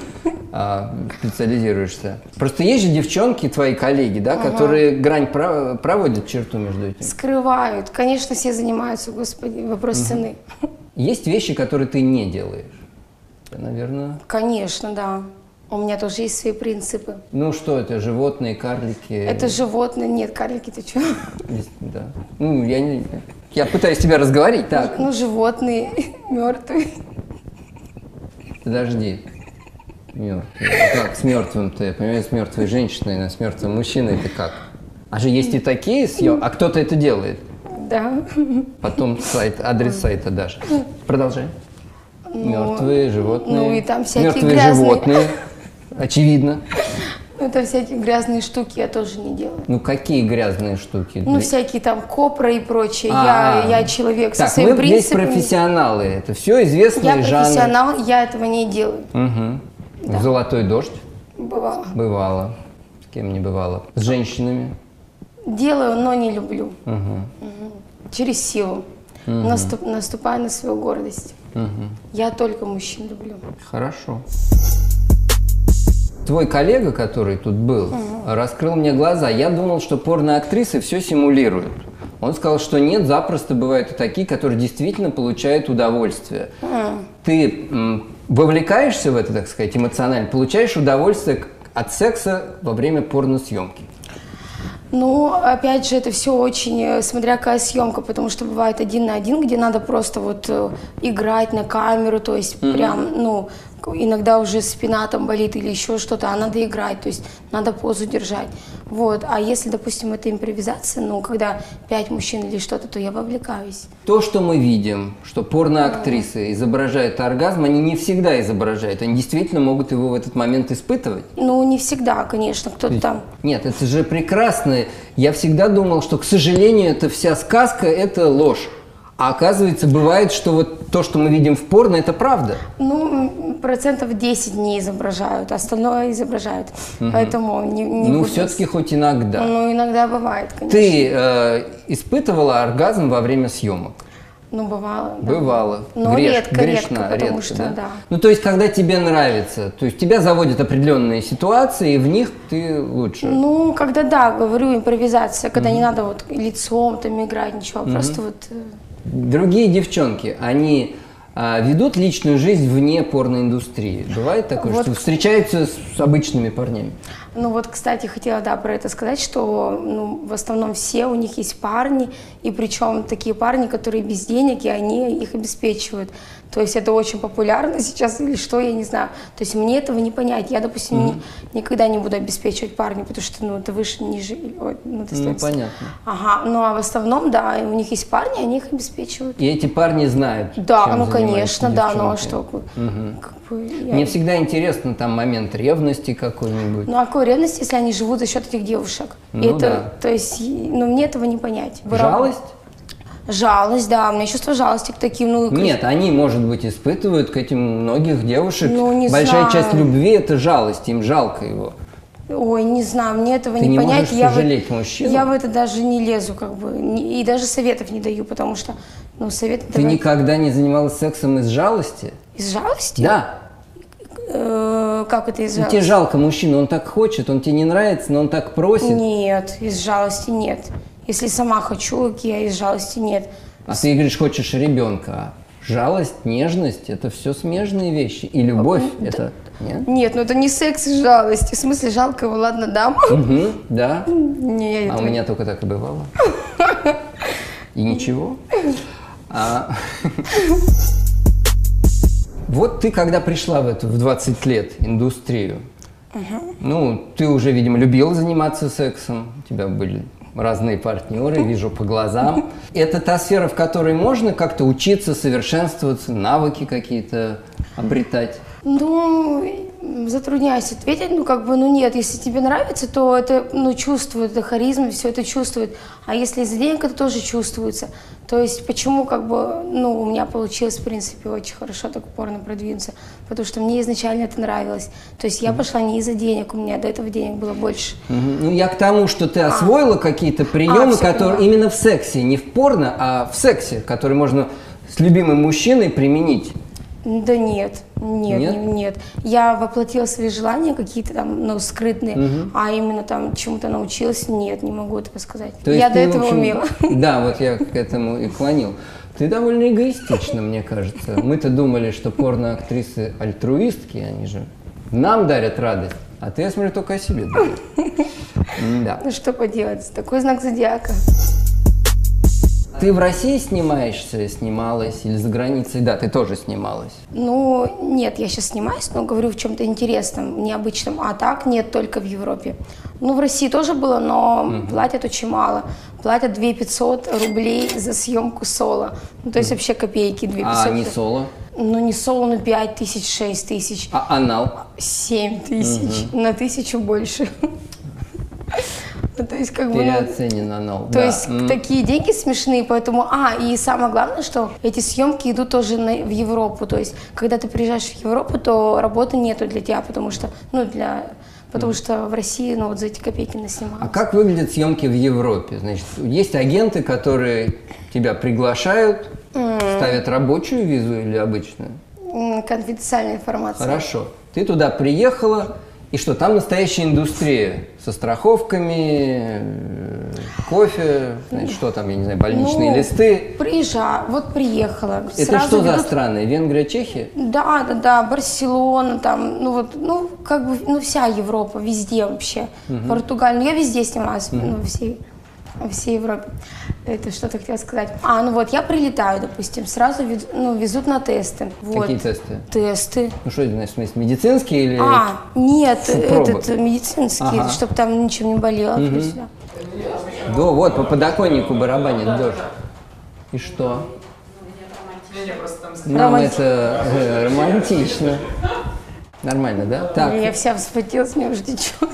Speaker 3: а, специализируешься. Просто есть же девчонки, твои коллеги, да, которые грань про- проводят черту между этим.
Speaker 2: Скрывают. Конечно, все занимаются, господи, вопрос цены.
Speaker 3: Есть вещи, которые ты не делаешь. Это, наверное.
Speaker 2: Конечно, да. У меня тоже есть свои принципы.
Speaker 3: Ну что это, животные, карлики?
Speaker 2: Это животное. Нет, карлики, ты чё?
Speaker 3: Есть, Да. Ну, я не. Я пытаюсь тебя разговорить. Так,
Speaker 2: Ну, животные, мертвые.
Speaker 3: подожди. Мертвый. А как с мертвым ты? Понимаешь, с мертвой женщиной, но с мертвым мужчиной ты как? А же есть и такие съем, а кто-то это делает.
Speaker 2: Да. Ну,
Speaker 3: Потом сайт, адрес сайта дашь. Продолжай. мертвые животные.
Speaker 2: ну и там всякие
Speaker 3: Мертвые
Speaker 2: грязные.
Speaker 3: животные. Очевидно.
Speaker 2: Это всякие грязные штуки я тоже не делаю.
Speaker 3: Ну какие грязные штуки?
Speaker 2: Ну, всякие там копра и прочее.
Speaker 3: А.
Speaker 2: Я, я человек
Speaker 3: Так,
Speaker 2: со своими
Speaker 3: мы здесь
Speaker 2: принципами.
Speaker 3: профессионалы. Это все известные
Speaker 2: Я
Speaker 3: жанры.
Speaker 2: профессионал, я этого не делаю.
Speaker 3: Мгм. Золотой дождь.
Speaker 2: Бывало.
Speaker 3: Бывало. С кем не бывало. С женщинами.
Speaker 2: Делаю, но не люблю. Мгм. Через силу. Наступ- наступаю на свою гордость. Я только мужчин люблю.
Speaker 3: Хорошо. Твой коллега, который тут был, раскрыл мне глаза. Я думал, что порноактрисы все симулируют. Он сказал, что нет, запросто бывают и такие, которые действительно получают удовольствие. Ты м, вовлекаешься в это, так сказать, эмоционально, получаешь удовольствие к- от секса во время порносъемки.
Speaker 2: Ну, опять же, это все очень, э, смотря какая съемка, потому что бывает один на один, где надо просто вот э, играть на камеру, то есть прям, ну, к- иногда уже спина там болит или еще что-то, а надо играть, то есть надо позу держать. Вот, а если, допустим, это импровизация, ну, когда пять мужчин или что-то, то я вовлекаюсь.
Speaker 3: То, что мы видим, что порноактрисы изображают оргазм, они не всегда изображают, они действительно могут его в этот момент испытывать.
Speaker 2: Ну, не всегда, конечно, кто-то там...
Speaker 3: Нет, это же прекрасно. Я всегда думал, что, к сожалению, эта вся сказка – это ложь. А оказывается, бывает, что вот то, что мы видим в порно, это правда.
Speaker 2: Ну, м, процентов 10 не изображают, остальное изображают. Поэтому не, не
Speaker 3: ну,
Speaker 2: буду-
Speaker 3: все-таки хоть иногда.
Speaker 2: Ну, иногда бывает, конечно.
Speaker 3: Ты э, испытывала оргазм во время съемок?
Speaker 2: Ну, бывало. да.
Speaker 3: Бывало.
Speaker 2: Но
Speaker 3: Греш-
Speaker 2: редко,
Speaker 3: грешно,
Speaker 2: редко, потому
Speaker 3: редко,
Speaker 2: что,
Speaker 3: да?
Speaker 2: да?
Speaker 3: Ну, то есть, когда тебе нравится, то есть тебя заводят определенные ситуации, и в них ты лучше.
Speaker 2: Ну, когда, да, говорю, импровизация, когда не надо вот лицом там играть, ничего, просто вот... э,
Speaker 3: Другие девчонки, они а, ведут личную жизнь вне порноиндустрии. Бывает такое,
Speaker 2: Вот.
Speaker 3: что встречаются с, с обычными парнями?
Speaker 2: Ну вот, кстати, хотела, да, про это сказать, что ну, в основном все у них есть парни, и причем такие парни, которые без денег, и они их обеспечивают. То есть это очень популярно сейчас или что, я не знаю. То есть мне этого не понять. Я, допустим, ни- никогда не буду обеспечивать парня, потому что, ну, это выше, ниже, ой, ну, достоинство.
Speaker 3: понятно.
Speaker 2: Ага, ну а в основном, да, у них есть парни, они их обеспечивают.
Speaker 3: И эти парни знают.
Speaker 2: Да,
Speaker 3: чем
Speaker 2: ну
Speaker 3: занимаются
Speaker 2: конечно, да, ну а
Speaker 3: девчонки.
Speaker 2: что? Как бы, я-
Speaker 3: Мне всегда интересно там момент ревности какой-нибудь.
Speaker 2: Ну а какой ревность, если они живут за счет этих девушек? И
Speaker 3: Ну
Speaker 2: это,
Speaker 3: да.
Speaker 2: то есть, и- ну мне этого не понять.
Speaker 3: Жалость?
Speaker 2: Жалость, да, у меня чувство жалости к таким, ну... к-
Speaker 3: Нет, они, может быть, испытывают к этим многих девушек.
Speaker 2: Ну, не
Speaker 3: Большая
Speaker 2: знаю.
Speaker 3: часть любви – это жалость, им жалко его.
Speaker 2: Ой, не знаю, мне этого
Speaker 3: Ты не
Speaker 2: понять.
Speaker 3: можешь
Speaker 2: я в-
Speaker 3: пожалеть мужчину?
Speaker 2: Я в это даже не лезу, как бы, не- и даже советов не даю, потому что, ну, советы
Speaker 3: Ты
Speaker 2: давать
Speaker 3: никогда не занималась сексом из жалости?
Speaker 2: из жалости?
Speaker 3: Да.
Speaker 2: Э, как это из
Speaker 3: Ну,
Speaker 2: жалости?
Speaker 3: тебе жалко мужчину, он так хочет, он тебе не нравится, но он так просит.
Speaker 2: Нет, из жалости нет. Если сама хочу, окей, а из жалости нет.
Speaker 3: А ты говоришь, хочешь ребенка. А жалость, нежность – это все смежные вещи. И любовь – это… Нет?
Speaker 2: Нет, ну это не секс и жалость. В смысле, жалко его, ладно, дам.
Speaker 3: Мгм, да.
Speaker 2: Не, я
Speaker 3: А у
Speaker 2: этого-
Speaker 3: меня только так и бывало. И ничего. А. Вот ты когда пришла в эту в 20 лет индустрию, ну, ты уже, видимо, любил заниматься сексом, у тебя были разные партнеры, вижу по глазам. Это та сфера, в которой можно как-то учиться, совершенствоваться, навыки какие-то обретать.
Speaker 2: Ну, м, затрудняюсь ответить, ну как бы, ну нет, если тебе нравится, то это, ну, чувствует, это харизма, все это чувствует. А если из-за денег, это тоже чувствуется. То есть почему, как бы, ну, у меня получилось, в принципе, очень хорошо так порно продвинуться, потому что мне изначально это нравилось. То есть я пошла не из-за денег, у меня до этого денег было больше.
Speaker 3: Мгм. Ну, я к тому, что
Speaker 2: А.
Speaker 3: ты освоила какие-то приемы,
Speaker 2: всё
Speaker 3: которые
Speaker 2: поняла.
Speaker 3: именно в сексе, не в порно, а в сексе, которые можно с любимым мужчиной применить.
Speaker 2: Да нет, нет,
Speaker 3: Нет?
Speaker 2: не- нет. Я воплотила свои желания какие-то там, ну, скрытные, а именно там чему-то научилась, нет, не могу этого сказать.
Speaker 3: То
Speaker 2: я
Speaker 3: есть
Speaker 2: до
Speaker 3: ты, в
Speaker 2: этого
Speaker 3: общем,
Speaker 2: умела.
Speaker 3: Да, вот я к этому и клонил. Ты довольно эгоистична, мне кажется. Мы-то думали, что порно-актрисы альтруистки, они же нам дарят радость. А ты, я смотрю, только о себе думаешь. Да.
Speaker 2: Ну что поделать, такой знак зодиака.
Speaker 3: Ты в России снимаешься, снималась, или за границей? Да, ты тоже снималась.
Speaker 2: Ну, нет, я сейчас снимаюсь, но говорю в чем-то интересном, необычном. А так нет, только в Европе. Ну, в России тоже было, но платят очень мало. Платят 2500 рублей за съемку соло. Ну, то есть вообще копейки 2500.
Speaker 3: А не соло,
Speaker 2: Ну, не соло, ну, 5 тысяч, 6 тысяч,
Speaker 3: а анал.
Speaker 2: 7 тысяч. На тысячу больше. Ну, то есть как бы... ну,
Speaker 3: Переоценен анал.
Speaker 2: То
Speaker 3: да.
Speaker 2: есть
Speaker 3: М.
Speaker 2: такие деньги смешные, поэтому... А, и самое главное, что эти съемки идут тоже на- в Европу. То есть, когда ты приезжаешь в Европу, то работы нету для тебя, потому что, ну, для... Потому что в России, ну, вот за эти копейки наснимают.
Speaker 3: А как выглядят съемки в Европе? Значит, есть агенты, которые тебя приглашают, ставят рабочую визу или обычную?
Speaker 2: М, Конфиденциальная информация.
Speaker 3: Хорошо. Ты туда приехала, И что, там настоящая индустрия со страховками, э, кофе, значит, что там, я не знаю, больничные
Speaker 2: Ну,
Speaker 3: листы.
Speaker 2: Приезжа, вот приехала.
Speaker 3: Это
Speaker 2: сразу
Speaker 3: что за
Speaker 2: берут-
Speaker 3: страны? Венгрия, Чехия?
Speaker 2: Да, да, да, Барселона, там, ну вот, ну, как бы, ну, вся Европа, везде вообще. Португалия, ну, я везде снималась, ну, во всей, во всей Европе. Это что-то хотела сказать. А, ну вот, я прилетаю, допустим, сразу вез- ну, везут на тесты. Вот.
Speaker 3: Какие тесты?
Speaker 2: Тесты.
Speaker 3: Ну что это значит, в смысле, медицинские или...
Speaker 2: А, нет,
Speaker 3: Фу,
Speaker 2: этот
Speaker 3: пробы.
Speaker 2: медицинский,
Speaker 3: Ага.
Speaker 2: чтобы там ничего не болело. туда-сюда.
Speaker 3: Да, вот, по подоконнику барабанит дождь. И что? Нам
Speaker 2: Романти-
Speaker 3: это э, романтично. Нормально, да? Так,
Speaker 2: Я вся вспотелась, меня уже течет.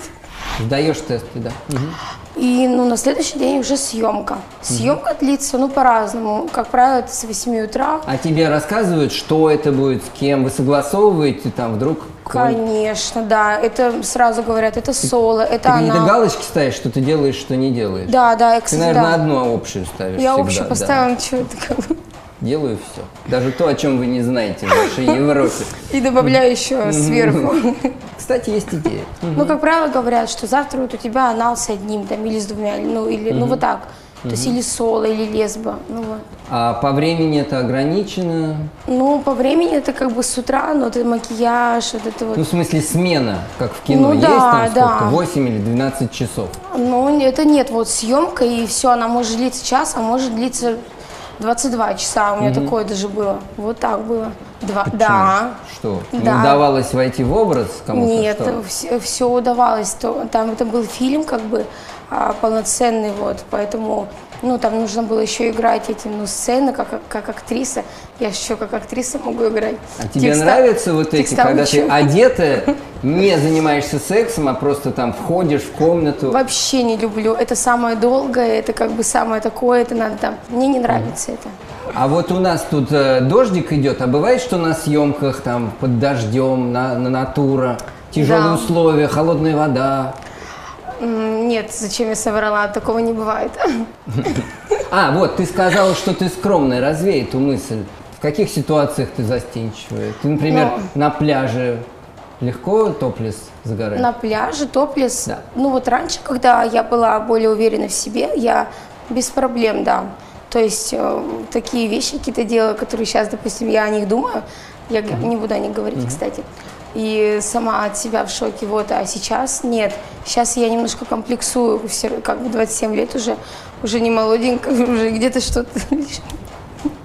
Speaker 3: сдаешь тесты, да. Мгм.
Speaker 2: И ну, на следующий день уже съемка. Съемка длится, ну, по-разному. Как правило, это с 8 утра.
Speaker 3: А тебе рассказывают, что это будет, с кем вы согласовываете, там вдруг... кого-нибудь-
Speaker 2: Конечно, да. Это сразу говорят, это соло, это
Speaker 3: Ты какие-то
Speaker 2: она.
Speaker 3: галочки ставишь, что ты делаешь, что не делаешь.
Speaker 2: Да, да, я,
Speaker 3: Ты,
Speaker 2: кстати,
Speaker 3: наверное,
Speaker 2: да.
Speaker 3: одну общую ставишь
Speaker 2: Я
Speaker 3: всегда,
Speaker 2: общую
Speaker 3: да.
Speaker 2: поставила, ничего это как бы.
Speaker 3: Делаю все. Даже то, о чем вы не знаете в вашей Европе.
Speaker 2: И добавляю еще сверху.
Speaker 3: Кстати, есть идея.
Speaker 2: Ну, как правило, говорят, что завтра вот у тебя анал с одним, там, или с двумя, или- ну, или, ну, вот так. То есть или соло, или лесба. Ну, вот.
Speaker 3: А по времени это ограничено.
Speaker 2: Ну, по времени это как бы с утра, но это макияж, вот это
Speaker 3: Ну,
Speaker 2: вот.
Speaker 3: в смысле, смена, как в кино,
Speaker 2: Ну
Speaker 3: есть
Speaker 2: да,
Speaker 3: там сколько?
Speaker 2: да.
Speaker 3: 8 или 12 часов.
Speaker 2: Ну, не- это нет, вот съемка, и все, она может длиться час, а может длиться 22 часа. У меня такое даже было. Вот так было. Два, да.
Speaker 3: Что? Не
Speaker 2: А. Да.
Speaker 3: удавалось войти в образ кому-то?
Speaker 2: Нет,
Speaker 3: что?
Speaker 2: все, удавалось. То- Там это был фильм, как бы а, полноценный, вот, поэтому, ну, там нужно было еще играть эти, ну, сцены, как, как актриса. Я еще как актриса могу играть.
Speaker 3: А тебе
Speaker 2: Текста-
Speaker 3: нравятся вот эти,
Speaker 2: текста
Speaker 3: когда ты
Speaker 2: учу.
Speaker 3: одетая, не занимаешься сексом, а просто там входишь в комнату?
Speaker 2: Вообще не люблю. Это самое долгое, это как бы самое такое, это надо там. Мне не нравится это.
Speaker 3: А вот у нас тут э, дождик идет, а бывает, что на съемках там под дождем, на, на натура, тяжелые
Speaker 2: Да.
Speaker 3: условия, холодная вода.
Speaker 2: М, Нет, зачем я соврала, такого не бывает.
Speaker 3: А, вот, ты сказала, что ты скромная, развей эту мысль. В каких ситуациях ты застенчивая? Ты, например,
Speaker 2: Ну,
Speaker 3: на пляже легко топлес загораешь?
Speaker 2: На пляже, топлес.
Speaker 3: Да.
Speaker 2: Ну вот раньше, когда я была более уверена в себе, я без проблем, да. То есть э, такие вещи какие-то делаю, которые сейчас, допустим, я о них думаю, я г- не буду о них говорить, кстати. И сама от себя в шоке, вот, а сейчас нет. Сейчас я немножко комплексую, все, как бы 27 лет уже, уже не молоденькая, уже где-то что-то лишнее.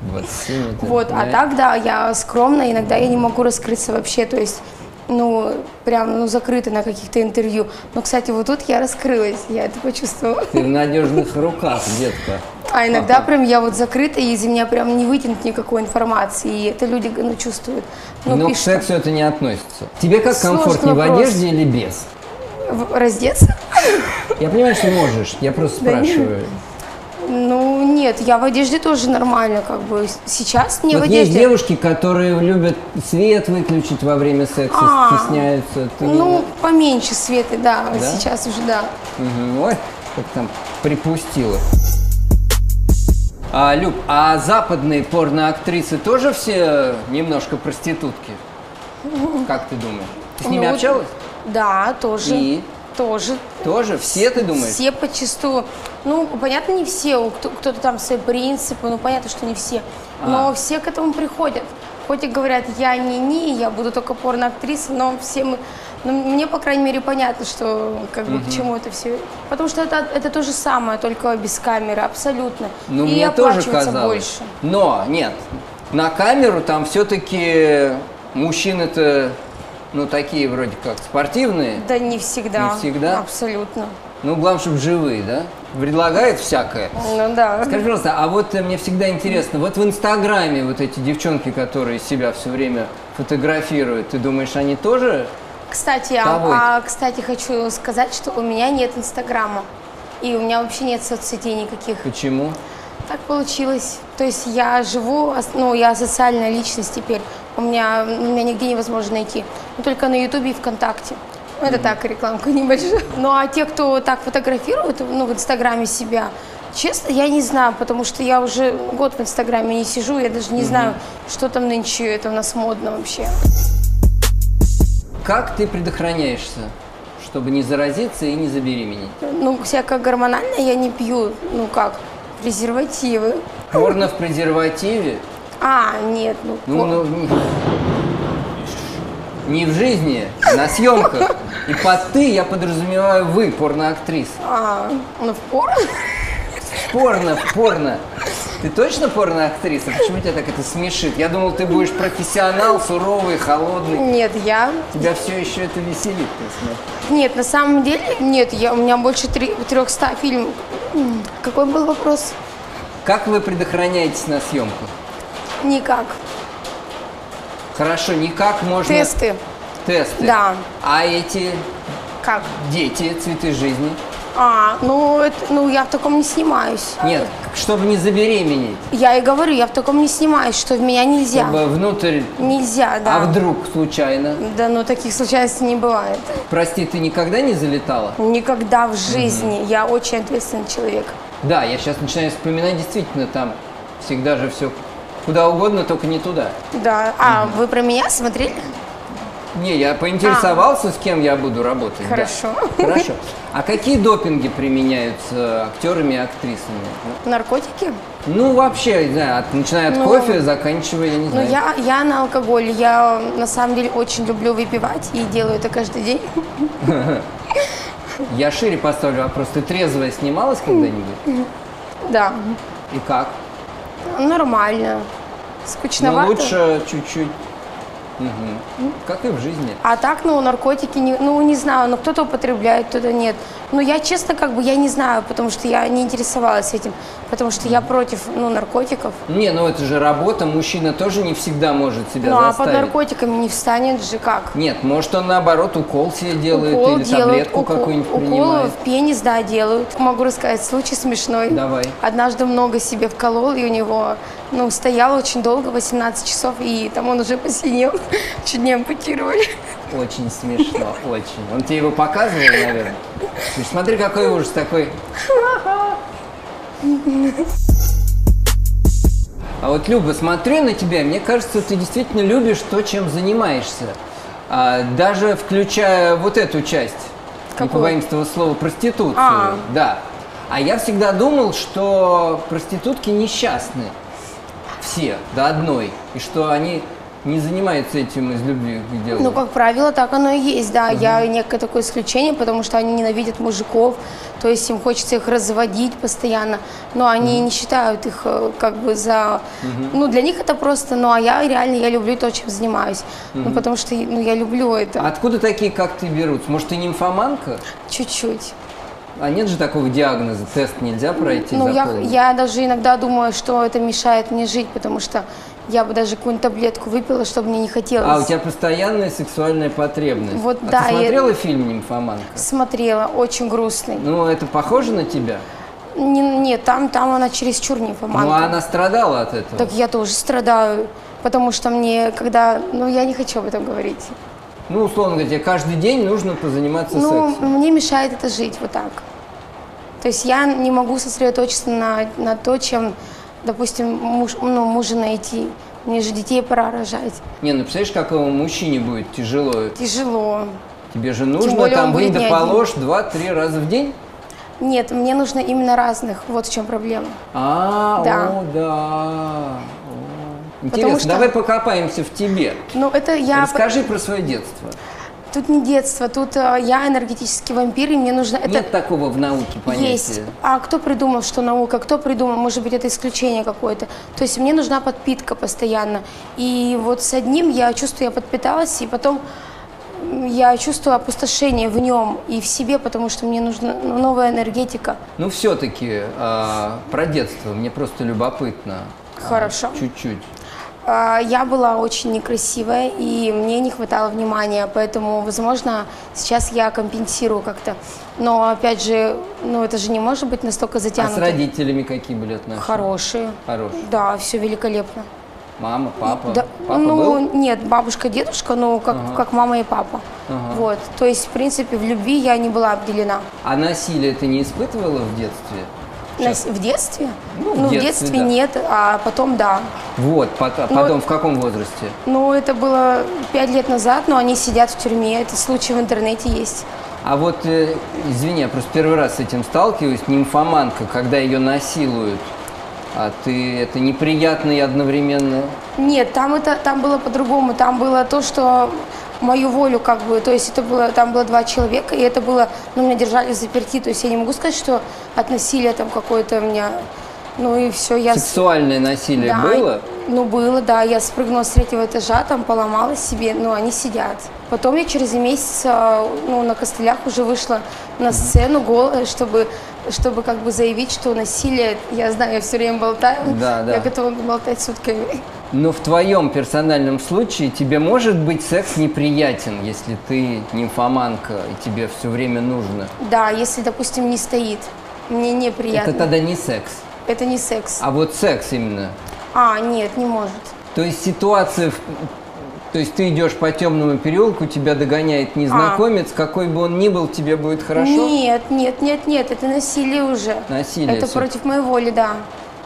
Speaker 3: Вот, сильно ты,
Speaker 2: Вот, а
Speaker 3: да?
Speaker 2: так, да, я скромна, иногда я не могу раскрыться вообще, то есть, ну, прям, ну, закрыта на каких-то интервью. Но, кстати, вот тут я раскрылась, я это почувствовала.
Speaker 3: Ты в надежных руках, детка.
Speaker 2: А иногда прям я вот закрыта, и из меня прям не вытянут никакой информации, и это люди, ну, чувствуют. Ну,
Speaker 3: Но к
Speaker 2: пишут,
Speaker 3: сексу это не относится. Тебе как
Speaker 2: Сложный
Speaker 3: комфортнее, в
Speaker 2: вопрос.
Speaker 3: одежде или без?
Speaker 2: «В- раздеться?
Speaker 3: Я понимаю, что можешь, я просто
Speaker 2: Да нет.
Speaker 3: спрашиваю.
Speaker 2: Ну, нет, я в одежде тоже нормально, как бы. Сейчас мне в
Speaker 3: вот есть
Speaker 2: одежде...
Speaker 3: девушки, которые любят свет выключить во время секса,
Speaker 2: А,
Speaker 3: стесняются. Ты-
Speaker 2: Ну, поменьше света, да,
Speaker 3: Да?
Speaker 2: сейчас уже, да.
Speaker 3: Мгм. Ой, как там припустила. А, Люб, а западные порноактрисы тоже все немножко проститутки? Как ты думаешь? Ты с ними
Speaker 2: Ну, вот-
Speaker 3: общалась?
Speaker 2: Да, тоже.
Speaker 3: И?
Speaker 2: Тоже.
Speaker 3: Тоже? Все, ты думаешь?
Speaker 2: Все почастую. Ну, понятно, не все. У кто- Кто-то там свои принципы, ну, понятно, что не все.
Speaker 3: А.
Speaker 2: Но все к этому приходят. Хоть и говорят, я не не, я буду только порно-актриса, но все мы... Ну, мне, по крайней мере, понятно, что как бы к чему это все. Потому что это, это то же самое, только без камеры, абсолютно.
Speaker 3: Ну,
Speaker 2: и
Speaker 3: мне тоже
Speaker 2: оплачивается
Speaker 3: казалось.
Speaker 2: больше.
Speaker 3: Но, нет, на камеру там все-таки мужчины-то, ну, такие вроде как спортивные.
Speaker 2: Да не всегда.
Speaker 3: Не всегда?
Speaker 2: Абсолютно.
Speaker 3: Ну, главное, чтобы живые, да? Предлагают всякое.
Speaker 2: Ну да.
Speaker 3: Скажи, пожалуйста, а вот э, мне всегда интересно, вот в Инстаграме вот эти девчонки, которые себя все время фотографируют, ты думаешь, они тоже?
Speaker 2: Кстати, а-
Speaker 3: Давай.
Speaker 2: а, кстати, хочу сказать, что у меня нет Инстаграма. И у меня вообще нет соцсетей никаких.
Speaker 3: Почему?
Speaker 2: Так получилось. То есть я живу, ос- ну, я социальная личность теперь. У меня, меня нигде невозможно найти. Ну, только на Ютубе и ВКонтакте. Ну, это так, рекламка небольшая. Ну, а те, кто так фотографирует, ну, в Инстаграме себя, честно, я не знаю, потому что я уже год в Инстаграме не сижу, я даже не знаю, что там нынче это у нас модно вообще.
Speaker 3: Как ты предохраняешься чтобы не заразиться и не забеременеть?
Speaker 2: Ну, всякое гормональное я не пью. Ну как, презервативы.
Speaker 3: Порно в презервативе?
Speaker 2: А, нет, ну,
Speaker 3: Ну,
Speaker 2: пор-
Speaker 3: ну, не- не в жизни, а на съемках. И под ты я подразумеваю вы, порноактриса.
Speaker 2: а, ну в порно?
Speaker 3: Порно, порно. Ты точно порноактриса? Почему тебя так это смешит? Я думал, ты будешь профессионал, суровый, холодный.
Speaker 2: Нет, я...
Speaker 3: Тебя все еще это веселит, ты смотри.
Speaker 2: Нет, на самом деле, нет, я, у меня больше три- 300 фильмов. М, Какой был вопрос?
Speaker 3: Как вы предохраняетесь на съемках?
Speaker 2: Никак.
Speaker 3: Хорошо, никак можно...
Speaker 2: Тесты.
Speaker 3: Тесты.
Speaker 2: Да.
Speaker 3: А эти
Speaker 2: Как?
Speaker 3: дети, цветы жизни?
Speaker 2: А, ну, это- ну я в таком не снимаюсь.
Speaker 3: Нет, чтобы не забеременеть,
Speaker 2: Я и говорю, я в таком не снимаюсь, что в меня нельзя.
Speaker 3: чтобы внутрь...
Speaker 2: Нельзя, да.
Speaker 3: А вдруг случайно?
Speaker 2: Да, ну таких случайностей не бывает.
Speaker 3: Прости, ты никогда не залетала?
Speaker 2: Никогда в жизни. Я очень ответственный человек.
Speaker 3: Да, я сейчас начинаю вспоминать, действительно, там всегда же все куда угодно, только не туда.
Speaker 2: Да. А, вы про меня смотрели?
Speaker 3: Не, я поинтересовался, с кем я буду работать.
Speaker 2: А.
Speaker 3: да.
Speaker 2: Хорошо.
Speaker 3: Хорошо. А какие допинги применяются актерами и актрисами?
Speaker 2: Наркотики?
Speaker 3: Ну, вообще, не знаю, от- начиная от
Speaker 2: Ну,
Speaker 3: кофе, заканчивая, я не
Speaker 2: Ну,
Speaker 3: знаю.
Speaker 2: я, я на алкоголь. Я на самом деле очень люблю выпивать и делаю это каждый день.
Speaker 3: я шире поставлю вопрос. Ты трезвая снималась когда-нибудь?
Speaker 2: Да.
Speaker 3: И как?
Speaker 2: Нормально. Скучновато.
Speaker 3: Ну, лучше чуть-чуть.
Speaker 2: Ну.
Speaker 3: Мгм. Как и в жизни.
Speaker 2: А так, ну, наркотики, не- ну, не знаю, ну, кто-то употребляет, кто-то нет. Но я, честно, как бы, я не знаю, потому что я не интересовалась этим, потому что я против, ну, наркотиков.
Speaker 3: Не, ну это же работа, мужчина тоже не всегда может себя
Speaker 2: ну, а под
Speaker 3: заставить.
Speaker 2: наркотиками не встанет же как?
Speaker 3: Нет, может он наоборот укол себе делает
Speaker 2: Укол
Speaker 3: или
Speaker 2: делают,
Speaker 3: таблетку
Speaker 2: укол-
Speaker 3: какую-нибудь
Speaker 2: уколы
Speaker 3: принимает.
Speaker 2: в пенис, да, делают. Могу рассказать случай смешной.
Speaker 3: Давай.
Speaker 2: Однажды много себе вколол, и у него, ну, стоял очень долго, 18 часов, и там он уже посинел, чуть не ампутировали.
Speaker 3: Очень смешно, очень. Он тебе его показывал, наверное. Слушай, смотри, какой ужас такой. А вот, Люба, смотрю на тебя, мне кажется, ты действительно любишь то, чем занимаешься. А, даже включая вот эту часть, не
Speaker 2: Какую?
Speaker 3: побоимся этого слова, проституцию.
Speaker 2: А.
Speaker 3: Да. А я всегда думал, что проститутки несчастны. Все, до одной. И что они не занимаются этим из любви к делу.
Speaker 2: Ну, как правило, так оно и есть, да. Я некое такое исключение, потому что они ненавидят мужиков, то есть им хочется их разводить постоянно, но они не считают их э, как бы за... Ну, для них это просто, ну, а я реально, я люблю то, чем занимаюсь. Ну, потому что, ну, я люблю это.
Speaker 3: А Откуда такие, как ты, берутся? Может, ты нимфоманка?
Speaker 2: Чуть-чуть.
Speaker 3: А нет же такого диагноза, тест нельзя пройти
Speaker 2: Ну, я,
Speaker 3: заполнить?
Speaker 2: я даже иногда думаю, что это мешает мне жить, потому что я бы даже какую-нибудь таблетку выпила, чтобы мне не хотелось.
Speaker 3: А у тебя постоянная сексуальная потребность.
Speaker 2: Вот
Speaker 3: а
Speaker 2: да,
Speaker 3: ты
Speaker 2: я-
Speaker 3: смотрела фильм «Нимфоманка»?
Speaker 2: Смотрела, очень грустный.
Speaker 3: Ну, это похоже на тебя?
Speaker 2: Не- нет, там, там она чересчур не поманка.
Speaker 3: Ну, а она страдала от этого.
Speaker 2: Так я тоже страдаю, потому что мне, когда... Ну, я не хочу об этом говорить.
Speaker 3: Ну, условно говоря, тебе каждый день нужно позаниматься
Speaker 2: ну,
Speaker 3: сексом.
Speaker 2: мне мешает это жить вот так. То есть я не могу сосредоточиться на, на то, чем, допустим, муж, ну, мужа найти. Мне же детей пора рожать.
Speaker 3: Не, ну, представляешь, какому мужчине будет тяжело?
Speaker 2: Тяжело.
Speaker 3: Тебе же нужно
Speaker 2: более он
Speaker 3: там
Speaker 2: будет
Speaker 3: выйда
Speaker 2: не
Speaker 3: положь два-три раза в день?
Speaker 2: Нет, мне нужно именно разных. Вот в чем проблема.
Speaker 3: А,
Speaker 2: Да.
Speaker 3: о, да. О. Интересно,
Speaker 2: Потому что-
Speaker 3: давай покопаемся в тебе.
Speaker 2: Ну, это я...
Speaker 3: Расскажи про свое детство.
Speaker 2: Тут не детство, тут э, я энергетический вампир, и мне нужно... Это
Speaker 3: Нет такого в науке понятия.
Speaker 2: Есть. А кто придумал, что наука? Кто придумал? Может быть, это исключение какое-то. То есть мне нужна подпитка постоянно. И вот с одним я чувствую, я подпиталась, и потом м, я чувствую опустошение в нем и в себе, потому что мне нужна ну, новая энергетика.
Speaker 3: Ну, все-таки про детство. Мне просто любопытно.
Speaker 2: Хорошо.
Speaker 3: А, Чуть-чуть.
Speaker 2: А, Я была очень некрасивая, и мне не хватало внимания, поэтому, возможно, сейчас я компенсирую как-то. Но, опять же, ну это же не может быть настолько
Speaker 3: А с
Speaker 2: затянуто.
Speaker 3: родителями какие были отношения?
Speaker 2: Хорошие.
Speaker 3: Хорошие.
Speaker 2: Да, все великолепно.
Speaker 3: Мама, папа?
Speaker 2: Да,
Speaker 3: Папа
Speaker 2: ну,
Speaker 3: был?
Speaker 2: нет, бабушка, дедушка, ну, как, как мама и папа.
Speaker 3: Ага.
Speaker 2: Вот, то есть, в принципе, в любви я не была обделена.
Speaker 3: А насилие ты не испытывала в детстве?
Speaker 2: Нас- В детстве?
Speaker 3: Ну, в
Speaker 2: в
Speaker 3: детстве,
Speaker 2: детстве
Speaker 3: да.
Speaker 2: нет, а потом да.
Speaker 3: Вот, потом,
Speaker 2: Ну,
Speaker 3: потом в каком возрасте?
Speaker 2: Ну, это было пять лет назад, но они сидят в тюрьме, это случай в интернете есть.
Speaker 3: А вот, э, извини, я просто первый раз с этим сталкиваюсь. Нимфоманка, когда ее насилуют, а ты это неприятно и одновременно.
Speaker 2: Нет, там это там было по-другому. Там было то, что мою волю как бы, то есть это было, там было два человека, и это было, ну, меня держали заперти, то есть я не могу сказать, что от насилия там какое-то меня, ну и все, я... с-
Speaker 3: Сексуальное насилие
Speaker 2: Да,
Speaker 3: было?
Speaker 2: Ну, было, да. Я спрыгнула с третьего этажа, там поломала себе, ну, они сидят. Потом я через месяц, а, ну, на костылях уже вышла на сцену голая, чтобы, чтобы как бы заявить, что насилие, я знаю, я все время болтаю,
Speaker 3: Да, да.
Speaker 2: я готова болтать сутками.
Speaker 3: Но в твоем персональном случае тебе может быть секс неприятен, если ты нимфоманка и тебе все время нужно.
Speaker 2: Да, если, допустим, не стоит, мне неприятно.
Speaker 3: Это тогда не секс,
Speaker 2: Это не секс.
Speaker 3: а вот секс именно.
Speaker 2: А, нет, не может.
Speaker 3: То есть ситуация, в- то есть ты идешь по темному переулку, тебя догоняет незнакомец, какой бы он ни был, тебе будет хорошо.
Speaker 2: А. Нет, нет, нет, нет, это насилие уже.
Speaker 3: Насилие
Speaker 2: Это
Speaker 3: всё.
Speaker 2: против моей воли, да.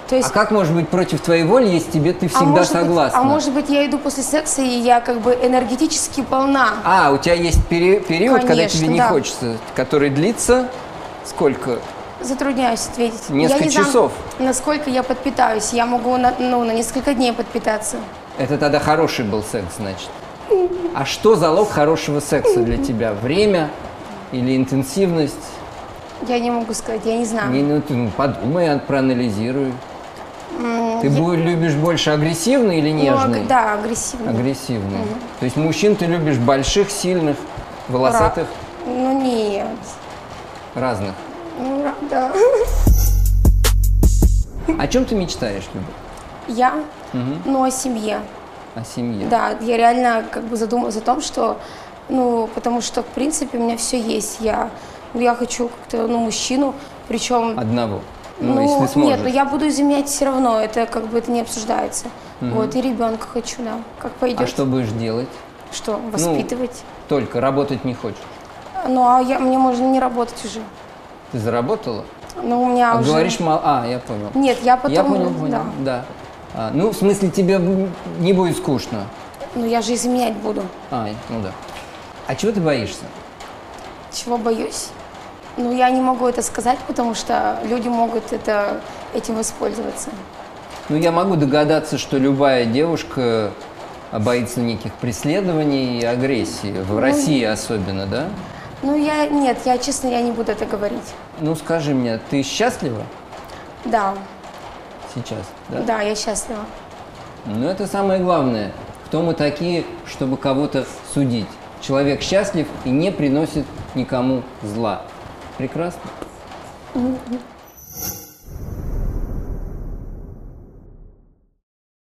Speaker 2: То есть
Speaker 3: А как может быть против твоей воли, если тебе ты
Speaker 2: А
Speaker 3: всегда
Speaker 2: может быть-
Speaker 3: согласна?
Speaker 2: а может быть, я иду после секса, и я как бы энергетически полна.
Speaker 3: А, у тебя есть пере- период, когда
Speaker 2: Конечно,
Speaker 3: тебе не
Speaker 2: да.
Speaker 3: хочется, который длится сколько?
Speaker 2: Затрудняюсь ответить.
Speaker 3: Несколько
Speaker 2: я не
Speaker 3: часов.
Speaker 2: Знаю, насколько я подпитаюсь. Я могу на, ну, на несколько дней подпитаться.
Speaker 3: Это тогда хороший был секс, значит. А что залог хорошего секса для тебя? Время или интенсивность?
Speaker 2: Я не могу сказать, я не знаю.
Speaker 3: Не, ну, ты, ну, подумай, а, проанализируй. Ты бу- любишь больше агрессивный или
Speaker 2: Ну, аг-
Speaker 3: нежный?
Speaker 2: да, агрессивно.
Speaker 3: Агрессивный. То есть мужчин ты любишь больших, сильных, волосатых,
Speaker 2: Ну, не.
Speaker 3: разных.
Speaker 2: Ну, ра- да.
Speaker 3: О чем ты мечтаешь, Люба?
Speaker 2: Я, ну, о семье.
Speaker 3: О семье.
Speaker 2: Да, я реально как бы задумалась о том, что, ну, потому что, в принципе, у меня все есть. Я, ну, я хочу как-то, ну, мужчину, причем...
Speaker 3: Одного. Ну, если сможешь.
Speaker 2: нет, но я буду изменять все равно, это как бы это не обсуждается. Вот, и ребенка хочу, да, как пойдет.
Speaker 3: А ну, что будешь делать?
Speaker 2: Что, воспитывать?
Speaker 3: Только работать не хочешь.
Speaker 2: Ну, а я, мне можно не работать уже.
Speaker 3: Ты заработала?
Speaker 2: Ну, у меня
Speaker 3: А
Speaker 2: уже...
Speaker 3: говоришь мало. А, я понял.
Speaker 2: Нет, я потом...
Speaker 3: я понял, понял.
Speaker 2: Да.
Speaker 3: Да. А, ну, в смысле, тебе б- не будет скучно.
Speaker 2: Ну, я же изменять буду.
Speaker 3: А, ну да. А чего ты боишься?
Speaker 2: Чего боюсь? Ну, я не могу это сказать, потому что люди могут это, этим воспользоваться.
Speaker 3: Ну, я могу догадаться, что любая девушка боится неких преследований и агрессии. В России особенно, да?
Speaker 2: Ну, я... Нет, я, честно, я не буду это говорить.
Speaker 3: Ну, скажи мне, ты счастлива
Speaker 2: Да,
Speaker 3: сейчас? Да.
Speaker 2: да, я счастлива.
Speaker 3: Но это самое главное. Кто мы такие, чтобы кого-то судить? Человек счастлив и не приносит никому зла. Прекрасно.